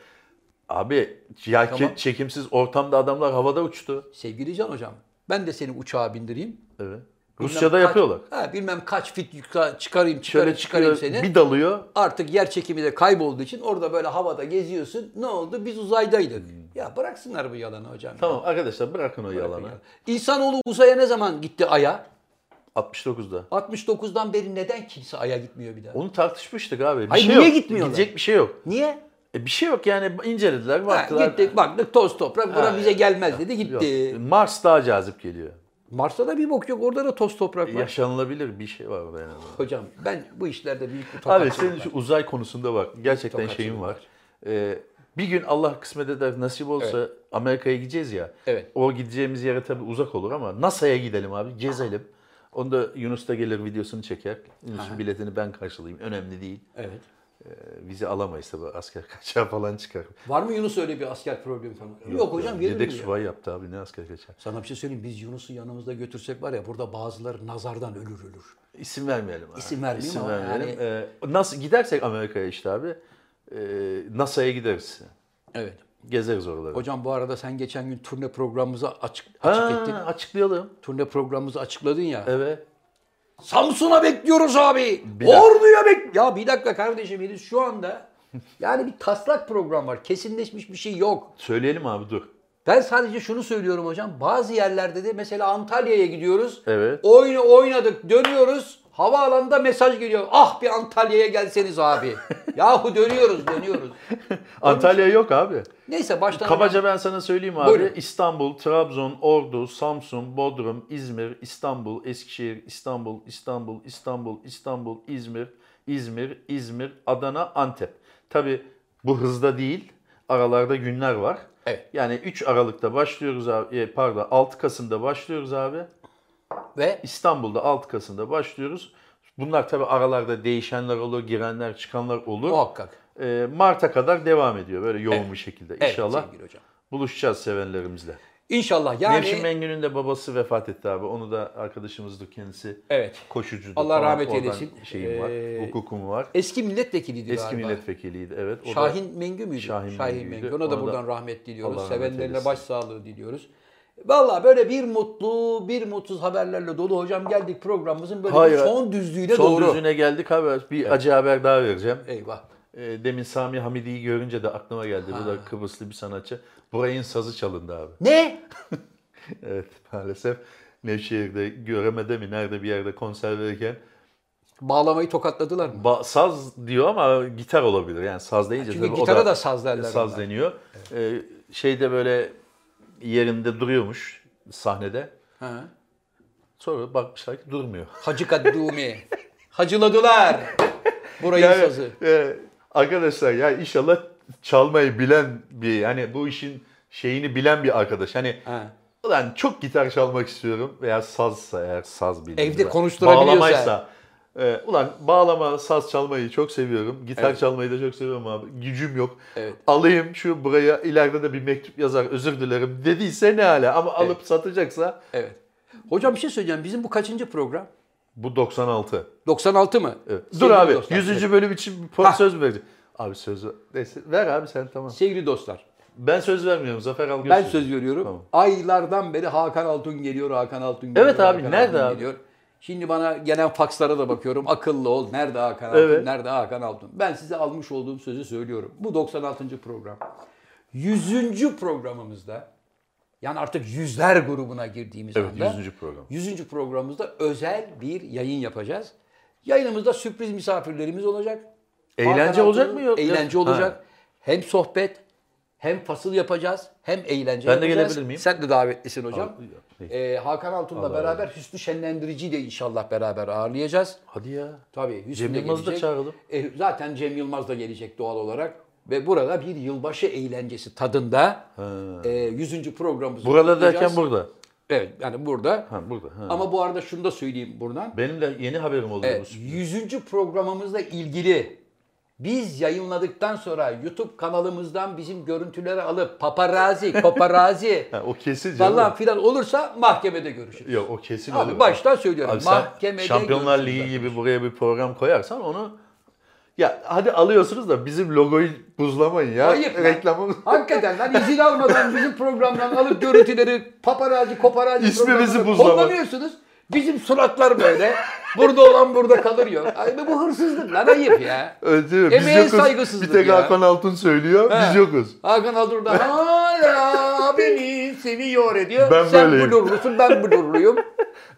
S2: Abi ya ke-
S1: Tamam.
S2: çekimsiz ortamda adamlar havada uçtu.
S1: Sevgili Can Hocam ben de seni uçağa bindireyim. Bilmem
S2: Evet. Rusya'da
S1: kaç-
S2: yapıyorlar.
S1: Ha, bilmem kaç fit yuka- çıkarayım çıkarayım
S2: Şöyle
S1: çıkarayım
S2: çıkıyor
S1: seni.
S2: bir dalıyor.
S1: Artık yer çekimi de kaybolduğu için orada böyle havada geziyorsun. Ne oldu? Biz uzaydaydık. Ya bıraksınlar bu yalanı hocam. ya.
S2: Hmm. Tamam arkadaşlar bırakın o yalanı.
S1: İnsanoğlu uzaya ne zaman gitti Ay'a?
S2: 69'da.
S1: 69'dan beri neden kimse Ay'a gitmiyor bir daha?
S2: Onu tartışmıştık abi. Bir
S1: Hayır,
S2: şey
S1: niye
S2: yok.
S1: gitmiyorlar?
S2: Gidecek bir şey yok.
S1: Niye?
S2: E, bir şey yok yani incelediler
S1: Ha,
S2: baktılar.
S1: gittik baktık toz toprak bura
S2: Ha,
S1: bize gelmez dedi
S2: Yok.
S1: gitti.
S2: Mars daha cazip geliyor.
S1: Mars'ta da bir bok yok orada da toz toprak var.
S2: Yaşanılabilir bir şey var orada en azından.
S1: Hocam ben bu işlerde büyük bir
S2: Abi
S1: tokatçılık
S2: senin şu uzay konusunda bak gerçekten
S1: Tokatçılık
S2: şeyin var. Ee, bir gün Allah kısmet eder nasip olsa Amerika'ya gideceğiz ya.
S1: Evet.
S2: O gideceğimiz yere tabii uzak olur ama NASA'ya gidelim abi gezelim. Onu da Yunus da gelir videosunu çeker. Yunus'un biletini ben karşılayayım önemli değil.
S1: Evet.
S2: Ee, vize alamayız tabii asker kaçağı falan çıkar.
S1: Var mı Yunus öyle bir asker problemi falan? Yok, hocam gelir
S2: Yedek
S1: mi ya?
S2: subay yaptı abi ne asker kaçağı.
S1: Sana bir şey söyleyeyim. Biz Yunus'u yanımızda götürsek var ya burada bazıları nazardan ölür ölür.
S2: İsim vermeyelim. Abi.
S1: İsim vermeyeyim ama
S2: vermeyelim. Ee, nasıl gidersek Amerika'ya işte abi e, NASA'ya gideriz.
S1: Evet.
S2: Gezeriz oraları.
S1: Hocam bu arada sen geçen gün turne programımızı açık,
S2: Ha,
S1: açık ettin.
S2: açıklayalım.
S1: Turne programımızı açıkladın ya.
S2: Evet.
S1: Samsun'a bekliyoruz abi.
S2: dakika.
S1: Ordu'ya bek. Ya bir dakika kardeşim henüz şu anda yani bir taslak program var. Kesinleşmiş bir şey yok.
S2: Söyleyelim abi dur.
S1: Ben sadece şunu söylüyorum hocam. Bazı yerlerde de mesela Antalya'ya gidiyoruz.
S2: Evet.
S1: Oyunu oynadık dönüyoruz. Havaalanında mesaj geliyor. Ah bir Antalya'ya gelseniz abi. Yahu dönüyoruz dönüyoruz.
S2: Antalya yok abi.
S1: Neyse baştan
S2: Kabaca ben sana söyleyeyim abi.
S1: Buyurun.
S2: İstanbul, Trabzon, Ordu, Samsun, Bodrum, İzmir, İstanbul, Eskişehir, İstanbul, İstanbul, İstanbul, İstanbul, İzmir, İzmir, İzmir, Adana, Antep. Tabi bu hızda değil. Aralarda günler var.
S1: Evet.
S2: Yani 3 Aralık'ta başlıyoruz abi. e, Pardon 6 Kasım'da başlıyoruz abi.
S1: ve
S2: İstanbul'da 6 Kasım'da başlıyoruz. Bunlar tabi aralarda değişenler olur, girenler, çıkanlar olur.
S1: muhakkak.
S2: Ee, Mart'a kadar devam ediyor böyle yoğun bir şekilde. İnşallah
S1: Evet, sevgili hocam.
S2: buluşacağız sevenlerimizle.
S1: İnşallah yani
S2: Nevşin Mengü'nün de babası vefat etti abi. Onu da arkadaşımızdı kendisi.
S1: Evet.
S2: Koşucudur.
S1: Allah
S2: falan.
S1: rahmet
S2: Oradan
S1: eylesin.
S2: Şeyim var,
S1: Ee,
S2: hukukum var.
S1: eski milletvekiliydi
S2: Eski
S1: galiba.
S2: milletvekiliydi evet. O da-
S1: Şahin Mengü müydü?
S2: Şahin
S1: Şahin,
S2: Mengü'ydü.
S1: Mengü. Ona da
S2: Ona da
S1: buradan rahmet
S2: Allah
S1: diliyoruz.
S2: rahmet
S1: Sevenlerine
S2: eylesin.
S1: başsağlığı diliyoruz. Valla böyle bir mutlu, bir mutsuz haberlerle dolu. Hocam geldik programımızın böyle
S2: Hayır,
S1: bir son düzlüğüne
S2: Son
S1: doğru.
S2: düzüne geldik abi. Bir acı haber daha vereceğim.
S1: Eyvah.
S2: Ee, Demin Sami Hamidi'yi görünce de aklıma geldi. Bu da Kıbrıslı bir sanatçı. Buray'ın sazı çalındı abi.
S1: Ne?
S2: Evet maalesef Nevşehir'de göremede mi nerede bir yerde konser verirken
S1: Bağlamayı tokatladılar mı?
S2: ba- saz diyor ama gitar olabilir. Yani saz deyince
S1: Çünkü
S2: tabii o
S1: gitara da saz derler
S2: Saz
S1: onlar.
S2: deniyor. Ee, şeyde böyle yerinde duruyormuş sahnede.
S1: Ha.
S2: Sonra bakmışlar ki durmuyor.
S1: Hacı Kaddumi. Hacıladılar. Burayı sazı.
S2: e, arkadaşlar ya inşallah çalmayı bilen bir hani bu işin şeyini bilen bir arkadaş. Hani
S1: Ha.
S2: Ulan çok gitar çalmak istiyorum veya sazsa eğer saz bildiğim
S1: Evde
S2: ben.
S1: konuşturabiliyorsa.
S2: Bağlamaysa. e, ulan bağlama, saz çalmayı çok seviyorum. Gitar çalmayı da çok seviyorum abi. Gücüm yok.
S1: Evet.
S2: Alayım şu buraya ileride de bir mektup yazar özür dilerim dediyse ne hala. Ama alıp satacaksa
S1: Evet. Hocam bir şey söyleyeceğim. Bizim bu kaçıncı program?
S2: bu 96.
S1: 96 mı?
S2: Evet. Dur
S1: Sevgili
S2: abi
S1: dostlar,
S2: 100.
S1: evet.
S2: bölüm için bir po- söz mü vereceksin? Abi söz ver. Neyse, ver abi sen tamam.
S1: Sevgili dostlar.
S2: Ben söz vermiyorum Zafer Algöz.
S1: Ben
S2: söz
S1: söz veriyorum.
S2: Tamam.
S1: Aylardan beri Hakan Altun geliyor, Hakan Altun geliyor.
S2: Evet abi,
S1: Hakan
S2: nerede
S1: Altun
S2: abi?
S1: Geliyor. Şimdi bana gelen fakslara da bakıyorum. Akıllı ol. Nerede Hakan Altun?
S2: Evet.
S1: Nerede Hakan Altun? Ben size almış olduğum sözü söylüyorum. Bu 96. program. 100. programımızda yani artık yüzler grubuna girdiğimiz
S2: Evet,
S1: anda
S2: 100. program.
S1: 100. programımızda özel bir yayın yapacağız. Yayınımızda sürpriz misafirlerimiz olacak.
S2: Eğlence
S1: Hakan
S2: olacak
S1: Altun'un
S2: mı yok?
S1: Eğlence
S2: Ha.
S1: olacak. Hem sohbet hem fasıl yapacağız hem eğlence
S2: Ben de
S1: yapacağız.
S2: gelebilir miyim?
S1: Sen de davetlisin hocam.
S2: Al-
S1: Ee, Hakan Altun'la beraber Hüsnü Şenlendirici de inşallah beraber ağırlayacağız.
S2: Hadi ya.
S1: Tabii Hüsnü
S2: Cem
S1: de
S2: Yılmaz'ı da
S1: gelecek.
S2: çağıralım.
S1: E, zaten Cem Yılmaz da gelecek doğal olarak. Ve burada bir yılbaşı eğlencesi tadında e, 100. programımızı
S2: Burada derken
S1: kutlayacağız.
S2: burada.
S1: Evet yani burada.
S2: Ha burada. Ha.
S1: Ama bu arada şunu da söyleyeyim buradan.
S2: Benim de yeni haberim oldu bu.
S1: Evet, 100. Ee, programımızla ilgili biz yayınladıktan sonra YouTube kanalımızdan bizim görüntüleri alıp paparazi, paparazi
S2: Ha, o kesin canım.
S1: falan filan olursa mahkemede görüşürüz.
S2: Yok o kesin
S1: Abi
S2: olur.
S1: baştan söylüyorum.
S2: Abi sen
S1: mahkemede
S2: Şampiyonlar
S1: görüşürüz.
S2: Ligi gibi buraya bir program koyarsan onu ya hadi alıyorsunuz da bizim logoyu buzlamayın ya.
S1: Ayıp lan.
S2: Reklamı
S1: Hakikaten lan izin almadan bizim programdan alıp görüntüleri paparazi, koparazi
S2: İsmimizi
S1: programları
S2: buzlama.
S1: kullanıyorsunuz. Bizim suratlar böyle. Burada olan burada kalıyor. Ay, bu hırsızlık lan ayıp ya.
S2: Öyle değil mi? Biz
S1: Emeğe
S2: yokuz.
S1: saygısızlık
S2: Bir tek
S1: ya.
S2: Hakan Altun söylüyor. Biz
S1: He.
S2: yokuz.
S1: Hakan Altur da hala beni seviyor ediyor.
S2: Ben
S1: Sen
S2: böyleyim.
S1: blurlusun ben blurluyum.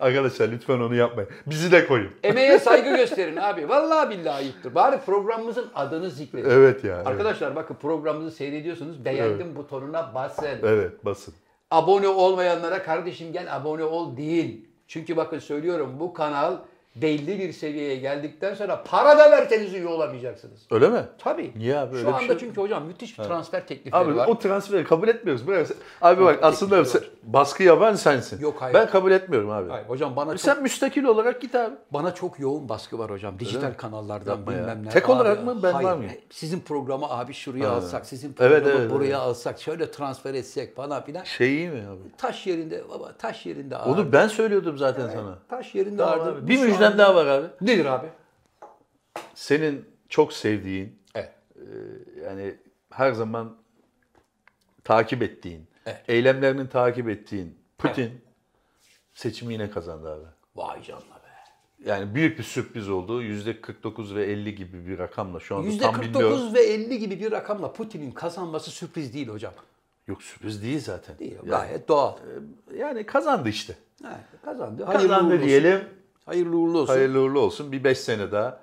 S2: Arkadaşlar lütfen onu yapmayın. Bizi de koyun.
S1: Emeğe saygı gösterin abi. Vallahi billahi ayıptır. Bari programımızın adını zikredin.
S2: Evet ya. Evet.
S1: Arkadaşlar bakın programımızı seyrediyorsunuz. Beğendim butonuna basın.
S2: Evet, basın.
S1: Abone olmayanlara kardeşim gel abone ol deyin. Çünkü bakın söylüyorum bu kanal belli bir seviyeye geldikten sonra para da verseniz üye olamayacaksınız.
S2: Öyle mi?
S1: Tabii.
S2: Niye abi, öyle
S1: Şu
S2: bir
S1: anda
S2: şey yok.
S1: çünkü hocam müthiş bir transfer teklifleri
S2: Abi
S1: var.
S2: o transferi kabul etmiyoruz. Bırak. sen- Abi bak aslında sen- baskı yapan sensin.
S1: Yok, hayır.
S2: Ben kabul etmiyorum abi.
S1: Hayır, hocam bana çok,
S2: E Sen müstakil olarak git abi.
S1: bana çok yoğun baskı var hocam. Dijital kanallardan
S2: Yapma ya.
S1: bilmem ne.
S2: Tek
S1: Abi,
S2: olarak mı? Ben
S1: hayır. E,
S2: var mıyım?
S1: Sizin programı abi şuraya alsak, sizin programı
S2: Evet, evet,
S1: buraya alsak, şöyle transfer etsek falan filan.
S2: Şey iyi mi abi?
S1: Taş yerinde baba, taş yerinde abi.
S2: Onu ben söylüyordum zaten sana.
S1: Taş yerinde
S2: Tamam
S1: ağırdı.
S2: abi. Bir
S1: Şu
S2: müjdem
S1: an-
S2: daha var abi.
S1: Nedir abi?
S2: Senin çok sevdiğin,
S1: Evet.
S2: yani her zaman takip ettiğin,
S1: Evet.
S2: eylemlerinin takip ettiğin Putin seçimi yine kazandı abi.
S1: Vay canına be.
S2: Yani büyük bir sürpriz oldu. %49 ve 50 gibi bir rakamla şu anda tam bilmiyorum.
S1: %49 ve 50 gibi bir rakamla Putin'in kazanması sürpriz değil hocam.
S2: Yok sürpriz değil zaten.
S1: Değil,
S2: yani,
S1: gayet doğal.
S2: yani kazandı işte.
S1: Ha, kazandı. Hayırlı uğurlu
S2: Kazandı
S1: olsun.
S2: diyelim.
S1: Hayırlı uğurlu olsun.
S2: Hayırlı uğurlu olsun. Bir 5 sene daha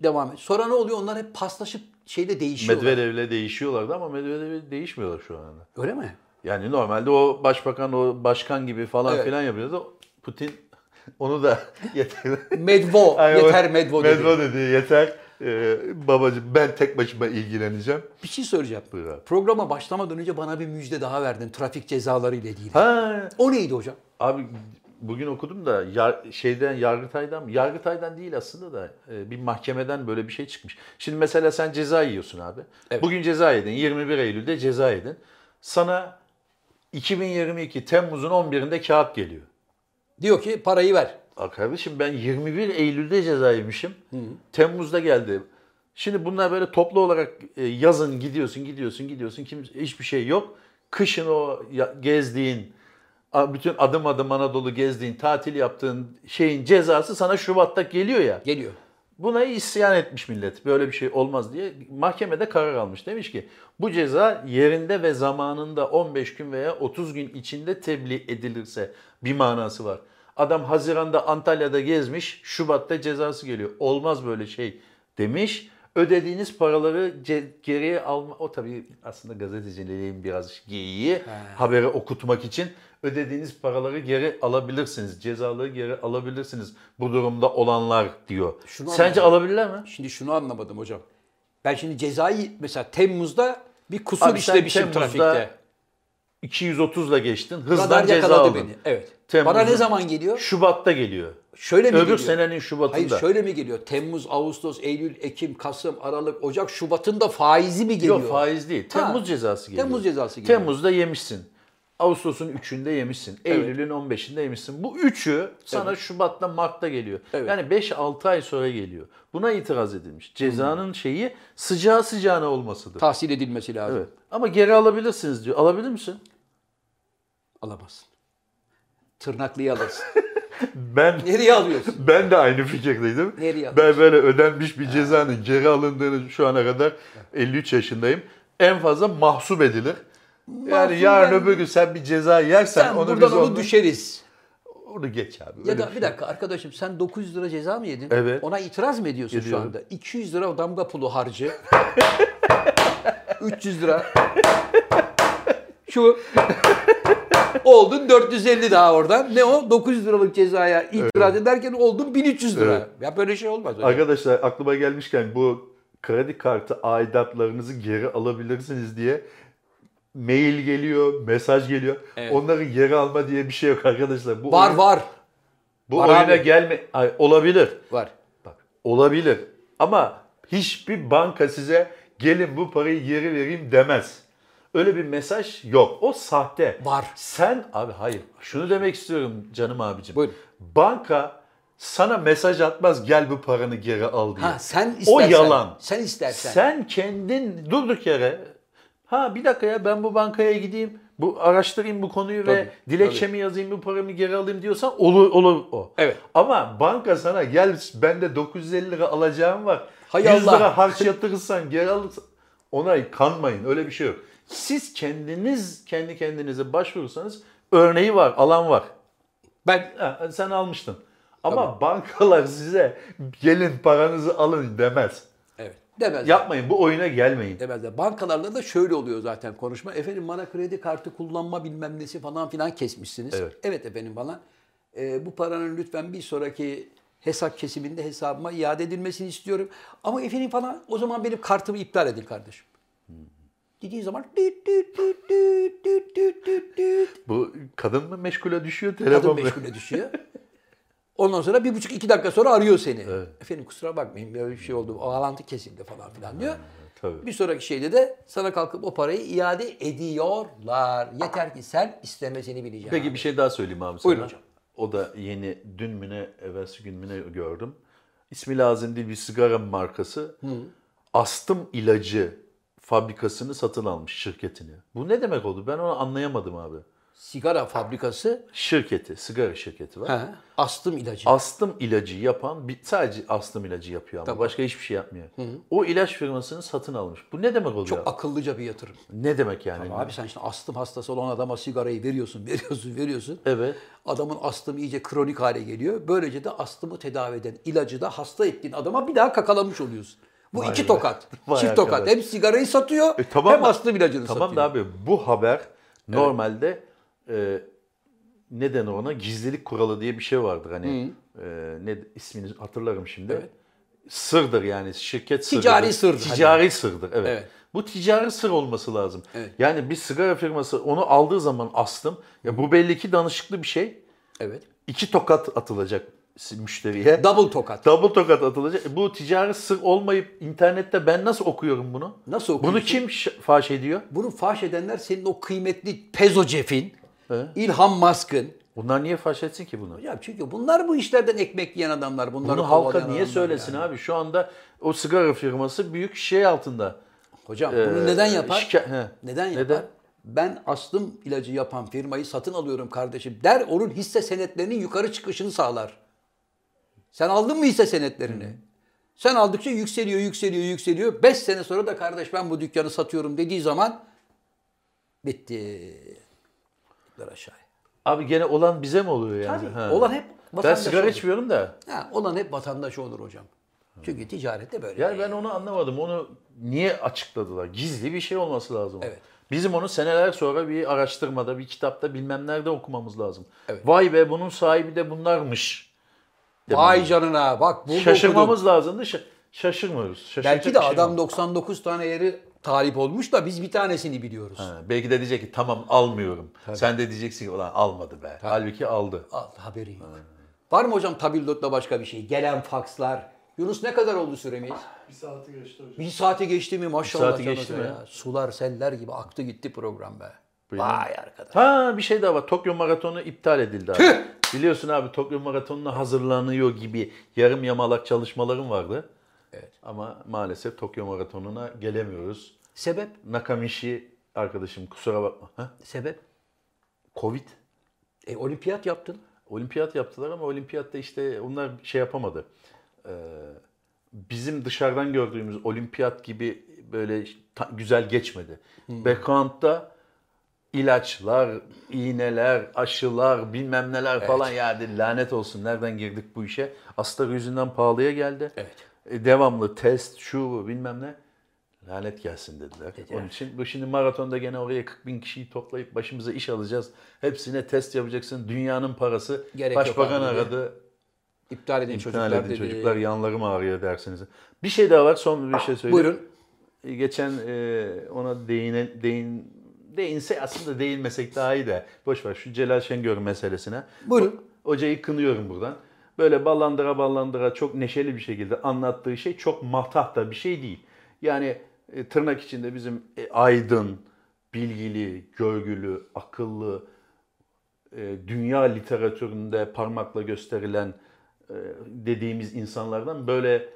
S1: Devam et. Sonra ne oluyor? Onlar hep paslaşıp şeyde değişiyorlar.
S2: Medvedev'le değişiyorlardı ama Medvedev'le değişmiyorlar şu anda.
S1: Öyle mi?
S2: Yani normalde o başbakan, o başkan gibi falan
S1: Evet.
S2: filan yapıyordu. Putin onu da yeter.
S1: Medvo.
S2: Ay, o-
S1: yeter Medvo dedi.
S2: Medvo dedi yeter. Ee, babacığım ben tek başıma ilgileneceğim.
S1: Bir şey söyleyeceğim.
S2: Buyur abi.
S1: Programa başlamadan önce bana bir müjde daha verdin. Trafik cezaları ile ilgili.
S2: Ha
S1: O neydi hocam?
S2: Abi bugün okudum da yar- şeyden Yargıtay'dan Yargıtay'dan değil aslında da e, bir mahkemeden böyle bir şey çıkmış. Şimdi mesela sen ceza yiyorsun abi.
S1: Evet.
S2: Bugün ceza yedin. 21 Eylül'de ceza yedin. Sana 2022 Temmuz'un 11'inde kağıt geliyor.
S1: Diyor ki parayı ver.
S2: Aa kardeşim ben 21 Eylül'de ceza yemişim. Temmuz'da geldi. Şimdi bunlar böyle toplu olarak e, yazın gidiyorsun, gidiyorsun, gidiyorsun. Kimse, hiçbir şey yok. Kışın o ya- gezdiğin, a- bütün adım adım Anadolu gezdiğin, tatil yaptığın şeyin cezası sana Şubat'ta geliyor ya.
S1: Geliyor.
S2: Buna isyan etmiş millet. Böyle bir şey olmaz diye mahkemede karar almış. Demiş ki bu ceza yerinde ve zamanında 15 gün veya 30 gün içinde tebliğ edilirse bir manası var. Adam Haziran'da Antalya'da gezmiş, Şubat'ta cezası geliyor. Olmaz böyle şey demiş. Ödediğiniz paraları ce- geriye alma... O tabii aslında gazeteciliğin biraz geyiği. Haberi okutmak için ödediğiniz paraları geri alabilirsiniz. Cezaları geri alabilirsiniz. Bu durumda olanlar diyor.
S1: Şunu
S2: Sence
S1: anlamadım.
S2: alabilirler mi?
S1: Şimdi şunu anlamadım hocam. Ben şimdi cezayı mesela Temmuz'da bir kusur
S2: Abi sen
S1: işlemişim
S2: Temmuz'da
S1: trafikte.
S2: 230'la geçtin.
S1: Radar
S2: Hızdan ceza
S1: yakaladı
S2: aldın.
S1: beni. Evet.
S2: Temmuz'da.
S1: Bana ne zaman geliyor?
S2: Şubat'ta geliyor.
S1: Şöyle mi
S2: Öbür
S1: geliyor?
S2: senenin Şubat'ında.
S1: Hayır şöyle mi geliyor? Temmuz, Ağustos, Eylül, Ekim, Kasım, Aralık, Ocak, Şubat'ın da faizi mi geliyor?
S2: Yok faiz değil.
S1: Ha.
S2: Temmuz cezası geliyor.
S1: Temmuz cezası geliyor.
S2: Temmuz'da yemişsin. Ağustos'un 3'ünde yemişsin. Eylül'ün 15'inde yemişsin. Bu üçü sana Şubat'ta Mart'ta geliyor.
S1: Evet. Hmm.
S2: Yani 5-6 ay sonra geliyor. Buna itiraz edilmiş. Cezanın şeyi sıcağı sıcağına olmasıdır.
S1: Tahsil edilmesi lazım.
S2: Evet. Ama geri alabilirsiniz diyor. Alabilir misin?
S1: Alamazsın. Tırnaklıyı alırsın.
S2: Ben
S1: Nereye alıyorsun?
S2: ben de aynı fikirdeydim.
S1: Nereye alıyorsun?
S2: Ben böyle ödenmiş bir cezanın geri alındığını şu ana kadar 53 yaşındayım. En fazla mahsup edilir. Yani
S1: Mahsup
S2: yarın
S1: yani-
S2: öbür gün sen bir ceza yersen
S1: Sen
S2: onu
S1: buradan
S2: biz
S1: onu
S2: ondan-
S1: düşeriz.
S2: Onu geç abi.
S1: Ya
S2: Öyle şey.
S1: da bir dakika arkadaşım sen 900 lira ceza mı yedin?
S2: Evet.
S1: Ona itiraz mı ediyorsun
S2: Ediyorum.
S1: şu anda? 200 lira damga pulu harcı. 300 lira. Şu oldun 450 daha oradan. Ne o? 900 liralık cezaya itiraz ederken oldun 1300 lira.
S2: Evet.
S1: Ya böyle şey olmaz. hocam.
S2: Arkadaşlar aklıma gelmişken bu kredi kartı aidatlarınızı geri alabilirsiniz diye mail geliyor, mesaj geliyor.
S1: Evet.
S2: Onları geri alma diye bir şey yok arkadaşlar. Bu
S1: Var
S2: oyun-
S1: var.
S2: bu
S1: var
S2: oyuna
S1: abi.
S2: gelme Ay, olabilir.
S1: Var.
S2: Bak olabilir. Ama hiçbir banka size gelin bu parayı geri vereyim demez. Öyle bir mesaj yok. O sahte.
S1: Var.
S2: Sen abi hayır. Şunu demek istiyorum canım abicim.
S1: Buyurun.
S2: Banka sana mesaj atmaz gel bu paranı geri al diye.
S1: Ha sen istersen.
S2: O yalan.
S1: Sen istersen.
S2: Sen kendin durduk yere ha bir dakika ya ben bu bankaya gideyim bu araştırayım bu konuyu ve
S1: Tabii,
S2: dilekçemi yazayım bu paramı geri alayım diyorsan olur olur o.
S1: Evet.
S2: Ama banka sana gel bende 950 lira alacağım var.
S1: Hay
S2: 100
S1: Allah.
S2: lira harç yatırırsan geri alırsan ona kanmayın öyle bir şey yok. Siz kendiniz kendi kendinize başvurursanız örneği var alan var.
S1: Ben
S2: Ha, sen almıştın. Ama bankalar size gelin paranızı alın demez.
S1: evet. Demez.
S2: Yapmayın bu oyuna gelmeyin.
S1: demezler. Bankalarla da şöyle oluyor zaten konuşma. Efendim bana kredi kartı kullanma bilmem nesi falan filan kesmişsiniz.
S2: Evet.
S1: efendim falan. Ee, bu paranın lütfen bir sonraki hesap kesiminde hesabıma iade edilmesini istiyorum. Ama efendim falan o zaman benim kartımı iptal edin kardeşim. Dediği zaman düt düt düt düt düt düt düt düt.
S2: Bu kadın mı meşgule düşüyor telefon
S1: Kadın
S2: mu?
S1: meşgule düşüyor. Ondan sonra bir buçuk iki dakika sonra arıyor seni.
S2: Evet.
S1: Efendim kusura bakmayın böyle bir şey oldu. O bağlantı kesildi falan filan diyor.
S2: Tabii.
S1: Bir sonraki şeyde de sana kalkıp o parayı iade ediyorlar. Yeter ki sen istemesini bileceksin.
S2: Peki bir şey daha söyleyeyim abi sana.
S1: Buyurun hocam.
S2: O da yeni dün mü ne, evvelsi gün mü ne gördüm. İsmi lazım değil bir sigara markası. Astım ilacı fabrikasını satın almış şirketini. Bu ne demek oldu? Ben onu anlayamadım abi.
S1: Sigara fabrikası
S2: Şirketi, sigara şirketi var.
S1: ha, astım ilacı.
S2: Astım ilacı yapan, bir- sadece astım ilacı yapıyor ama başka hiçbir şey yapmıyor. O ilaç firmasını satın almış. Bu ne demek oluyor?
S1: Çok akıllıca bir yatırım.
S2: ne demek yani?
S1: Abi sen şimdi astım hastası olan adama sigarayı veriyorsun, veriyorsun, veriyorsun.
S2: Evet.
S1: Adamın astımı iyice kronik hale geliyor. Böylece de astımı tedavi eden ilacı da hasta ettiğin adama bir daha kakalamış oluyorsun. Bu iki tokat.
S2: Vay
S1: Çift tokat.
S2: arkadaş.
S1: Hem sigarayı satıyor
S2: E, tamam
S1: hem
S2: da-
S1: astım ilacını
S2: Tamam da
S1: satıyor.
S2: abi bu haber normalde e, neden ona gizlilik kuralı diye bir şey vardır hani e, ne ismini hatırlarım şimdi. Sırdır yani şirket sırdır.
S1: Ticari sır.
S2: Ticari sırdır evet.
S1: Evet.
S2: Bu ticari sır olması lazım.
S1: Evet.
S2: Yani bir sigara firması onu aldığı zaman astım ya bu belli ki danışıklı bir şey.
S1: Evet.
S2: İki tokat atılacak müşteriye.
S1: Double tokat.
S2: Double tokat atılacak. E, Bu ticari sır olmayıp internette ben nasıl okuyorum bunu?
S1: Nasıl
S2: Bunu
S1: okuyorsun?
S2: kim ş- faş ediyor?
S1: Bunu faş edenler senin o kıymetli Pezo Jeff'in, İlhan Musk'ın.
S2: Bunlar niye faş etsin ki bunu?
S1: Ya çünkü bunlar bu işlerden ekmek yiyen adamlar. Bunları
S2: Bunu halka
S1: kovalayan
S2: niye
S1: adamlar
S2: söylesin
S1: yani.
S2: abi? Şu anda o sigara firması büyük şey altında.
S1: Hocam
S2: Ee,
S1: bunu neden yapar?
S2: şike- he.
S1: Neden yapar?
S2: Neden?
S1: Ben astım ilacı yapan firmayı satın alıyorum kardeşim der. Onun hisse senetlerinin yukarı çıkışını sağlar. Sen aldın mı hisse senetlerini? Sen aldıkça yükseliyor, yükseliyor, yükseliyor. 5 sene sonra da kardeş ben bu dükkanı satıyorum dediği zaman bitti. Gittiler aşağıya.
S2: Abi gene olan bize mi oluyor yani?
S1: Tabii, olan hep
S2: Ben
S1: vatandaş
S2: sigara
S1: olur.
S2: içmiyorum da.
S1: Ha, olan hep vatandaş olur hocam. Çünkü ticarette böyle.
S2: Yani ben onu anlamadım. Onu niye açıkladılar? Gizli bir şey olması lazım.
S1: Evet.
S2: Bizim onu seneler sonra bir araştırmada, bir kitapta bilmem nerede okumamız lazım.
S1: Evet.
S2: Vay be bunun sahibi de bunlarmış.
S1: Vay canına bak bunu
S2: Şaşırmamız lazımdı. Şa- şaşırmıyoruz. Şaşıracak
S1: Belki
S2: bir
S1: de
S2: şey
S1: adam
S2: yok.
S1: 99 tane yeri tarif olmuş da biz bir tanesini biliyoruz.
S2: Ha, belki de diyecek ki tamam almıyorum. Sen de diyeceksin ki ulan almadı be. Halbuki aldı.
S1: Al, haberi yok. Var mı hocam tabildotla başka bir şey? Gelen fakslar. Yunus ne kadar oldu süremiz?
S3: Bir saati geçti hocam.
S1: Bir saati geçti mi maşallah.
S2: saati
S1: canınıza
S2: geçti mi?
S1: ya. Sular seller gibi aktı gitti program be.
S2: Buyurun.
S1: Vay arkadaş.
S2: Ha bir şey daha var. Tokyo Maratonu iptal edildi abi. Biliyorsun abi Tokyo Maratonu'na hazırlanıyor gibi yarım yamalak çalışmalarım vardı.
S1: Evet.
S2: Ama maalesef Tokyo Maratonu'na gelemiyoruz.
S1: Sebep?
S2: Nakamishi arkadaşım kusura bakma. Ha?
S1: Sebep?
S2: Covid.
S1: E, olimpiyat yaptın.
S2: Olimpiyat yaptılar ama olimpiyatta işte onlar şey yapamadı. Ee, bizim dışarıdan gördüğümüz olimpiyat gibi böyle ta- güzel geçmedi. Background'da ilaçlar, iğneler, aşılar, bilmem neler falan yani lanet olsun nereden girdik bu işe. Astar yüzünden pahalıya geldi.
S1: Evet.
S2: E, devamlı test, şu bu bilmem ne. Lanet gelsin dediler. Onun için bu şimdi maratonda gene oraya 40 bin kişiyi toplayıp başımıza iş alacağız. Hepsine test yapacaksın. Dünyanın parası.
S1: Gerek yok
S2: Başbakan
S1: abi dedi.
S2: aradı.
S1: İptal edin
S2: Çocuklar,
S1: çocuklar dedi. "Ee,
S2: çocuklar yanlarım ağrıyor dersiniz. Bir şey daha var. Son bir şey söyleyeyim.
S1: Ah, Buyurun.
S2: E, Geçen e, ona değine, değin, değinse aslında değinmesek daha iyi de. Boş ver şu Celal Şengör meselesine.
S1: Buyurun.
S2: Hocayı kınıyorum buradan. Böyle ballandıra ballandıra çok neşeli bir şekilde anlattığı şey çok matah da bir şey değil. Yani e, tırnak içinde bizim e, aydın, bilgili, görgülü, akıllı, e, dünya literatüründe parmakla gösterilen e, dediğimiz insanlardan böyle e,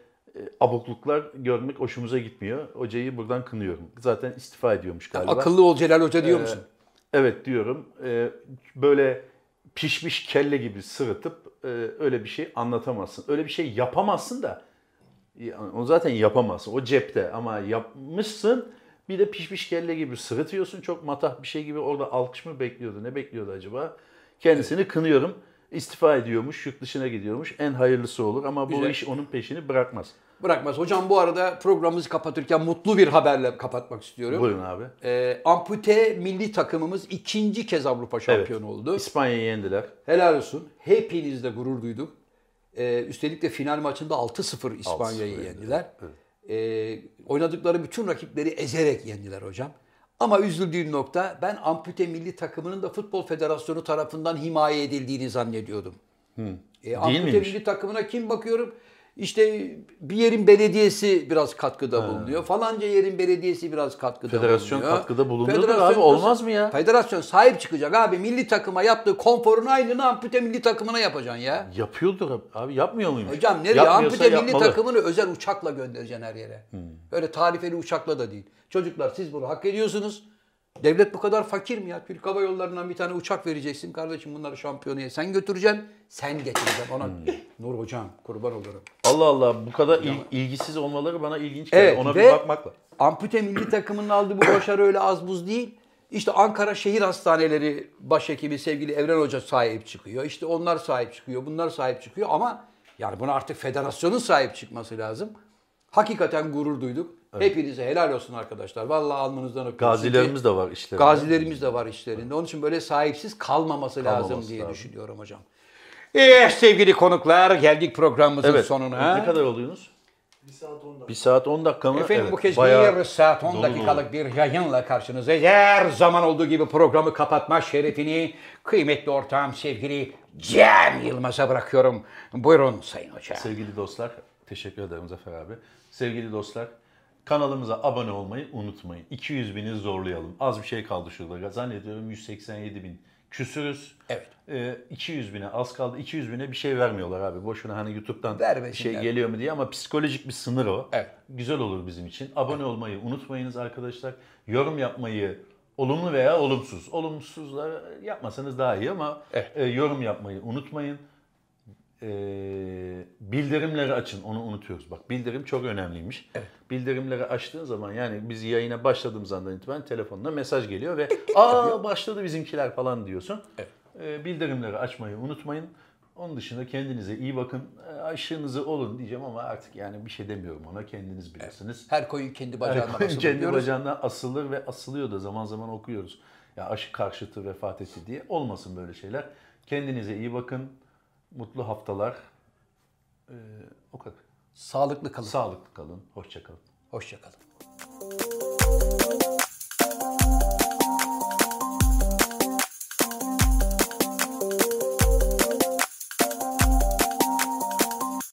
S2: abukluklar görmek hoşumuza gitmiyor. Hocayı buradan kınıyorum. Zaten istifa ediyormuş galiba. Ee,
S1: Akıllı ol Celal Hoca diyor musun?
S2: Evet diyorum. Ee, böyle pişmiş kelle gibi sırıtıp e, öyle bir şey anlatamazsın. Öyle bir şey yapamazsın da. Ya, Onu zaten yapamazsın. O cepte ama yapmışsın. Bir de pişmiş kelle gibi sırıtıyorsun. Çok matah bir şey gibi orada alkış mı bekliyordu? Ne bekliyordu acaba? Kendisini kınıyorum. İstifa ediyormuş, yurt dışına gidiyormuş. En hayırlısı olur ama bu
S1: Güzel.
S2: iş onun peşini bırakmaz.
S1: Bırakmaz. Hocam bu arada programımızı kapatırken mutlu bir haberle kapatmak istiyorum.
S2: Buyurun abi.
S1: Ee, ampute milli takımımız ikinci kez Avrupa şampiyonu oldu.
S2: İspanya'yı yendiler.
S1: Helal olsun. Hepinizle gurur duyduk. Ee, üstelik de final maçında 6-0 İspanya'yı
S2: 6-0
S1: yendiler. Ee, oynadıkları bütün rakipleri ezerek yendiler hocam. Ama üzüldüğüm nokta ben ampute milli takımının da Futbol Federasyonu tarafından himaye edildiğini zannediyordum. E, ampute
S2: miymiş?
S1: milli takımına kim bakıyorum? İşte bir yerin belediyesi biraz katkıda bulunuyor. Falanca yerin belediyesi biraz katkıda
S2: Federasyon
S1: bulunuyor.
S2: katkıda bulunuyordur
S1: Federasyon
S2: abi, olmaz mı ya?
S1: Federasyon sahip çıkacak abi. Milli takıma yaptığı konforun aynını ampute milli takımına yapacaksın ya.
S2: Yapıyordur abi. abi yapmıyor muymuş?
S1: Hocam nereye?
S2: Yapmıyorsa
S1: Ampute milli
S2: yapmalı. Hmm.
S1: takımını özel uçakla göndereceksin her yere. Öyle tarifeli uçakla da değil. Çocuklar siz bunu hak ediyorsunuz. Devlet bu kadar fakir mi ya? Türk Hava Yolları'ndan bir tane uçak vereceksin. Kardeşim bunları şampiyonaya sen götüreceksin. Sen getireceksin
S2: Hmm.
S1: ona. Nur hocam kurban olurum.
S2: Allah Allah bu kadar il- ilgisiz olmaları bana ilginç geldi.
S1: Evet,
S2: Ona
S1: ve-
S2: bir bakmakla.
S1: Ampute milli takımının aldığı bu başarı öyle az buz değil. İşte Ankara Şehir Hastaneleri başhekimi sevgili Evren Hoca sahip çıkıyor. İşte onlar sahip çıkıyor, bunlar sahip çıkıyor ama yani buna artık federasyonun sahip çıkması lazım. Hakikaten gurur duyduk. Hepinize helal olsun arkadaşlar. Vallahi alnınızdan öpüyorum.
S2: Gazilerimiz de var işlerinde.
S1: Gazilerimiz de var işlerinde. Onun için böyle sahipsiz kalmaması, lazım
S2: Kalmaması
S1: diye
S2: lazım.
S1: düşünüyorum hocam. Eh sevgili konuklar geldik programımızın
S2: evet.
S1: sonuna.
S2: Ne kadar oluyorsunuz?
S3: Bir saat 10 dakika.
S2: Bir saat 10 dakika mı?
S1: Efendim
S2: Evet,
S1: bu kez
S2: bayağı
S1: bir saat 10
S2: dolu
S1: dakikalık bir yayınla karşınızdayız. Her zaman olduğu gibi programı kapatma şerefini kıymetli ortağım sevgili Cem Yılmaz'a bırakıyorum. Buyurun Sayın Hoca.
S2: Sevgili dostlar, teşekkür ederim Zafer abi. Sevgili dostlar, kanalımıza abone olmayı unutmayın. 200 bini zorlayalım. Az bir şey kaldı şurada. Zannediyorum 187 bin küsürüz.
S1: Evet.
S2: Ee, 200 bine az kaldı. 200 bine bir şey vermiyorlar abi. Boşuna hani YouTube'dan
S1: Vermesinler.
S2: bir şey geliyor mu diye ama psikolojik bir sınır o.
S1: Evet.
S2: Güzel olur bizim için. Abone olmayı unutmayınız arkadaşlar. Yorum yapmayı olumlu veya olumsuz. Olumsuzlar yapmasanız daha iyi ama
S1: Evet.
S2: e, yorum yapmayı unutmayın. Ee, bildirimleri açın. Onu unutuyoruz. Bak bildirim çok önemliymiş. Bildirimleri açtığın zaman yani biz yayına başladığımız andan itibaren telefonuna mesaj geliyor ve aa başladı bizimkiler falan diyorsun. Ee, bildirimleri açmayı unutmayın. Onun dışında kendinize iyi bakın. Ee, Aşığınızı olun diyeceğim ama artık yani bir şey demiyorum ona. Kendiniz bilirsiniz.
S1: Her koyun kendi
S2: Her
S1: bacağına
S2: koyun
S1: basılır
S2: kendi
S1: diyoruz.
S2: bacağına asılır ve asılıyor da zaman zaman okuyoruz. Ya aşı karşıtı vefat etti diye olmasın böyle şeyler. Kendinize iyi bakın. Mutlu haftalar. Ee, o kadar.
S1: Sağlıklı kalın.
S2: Sağlıklı kalın. Hoşça kalın.
S1: Hoşçakalın.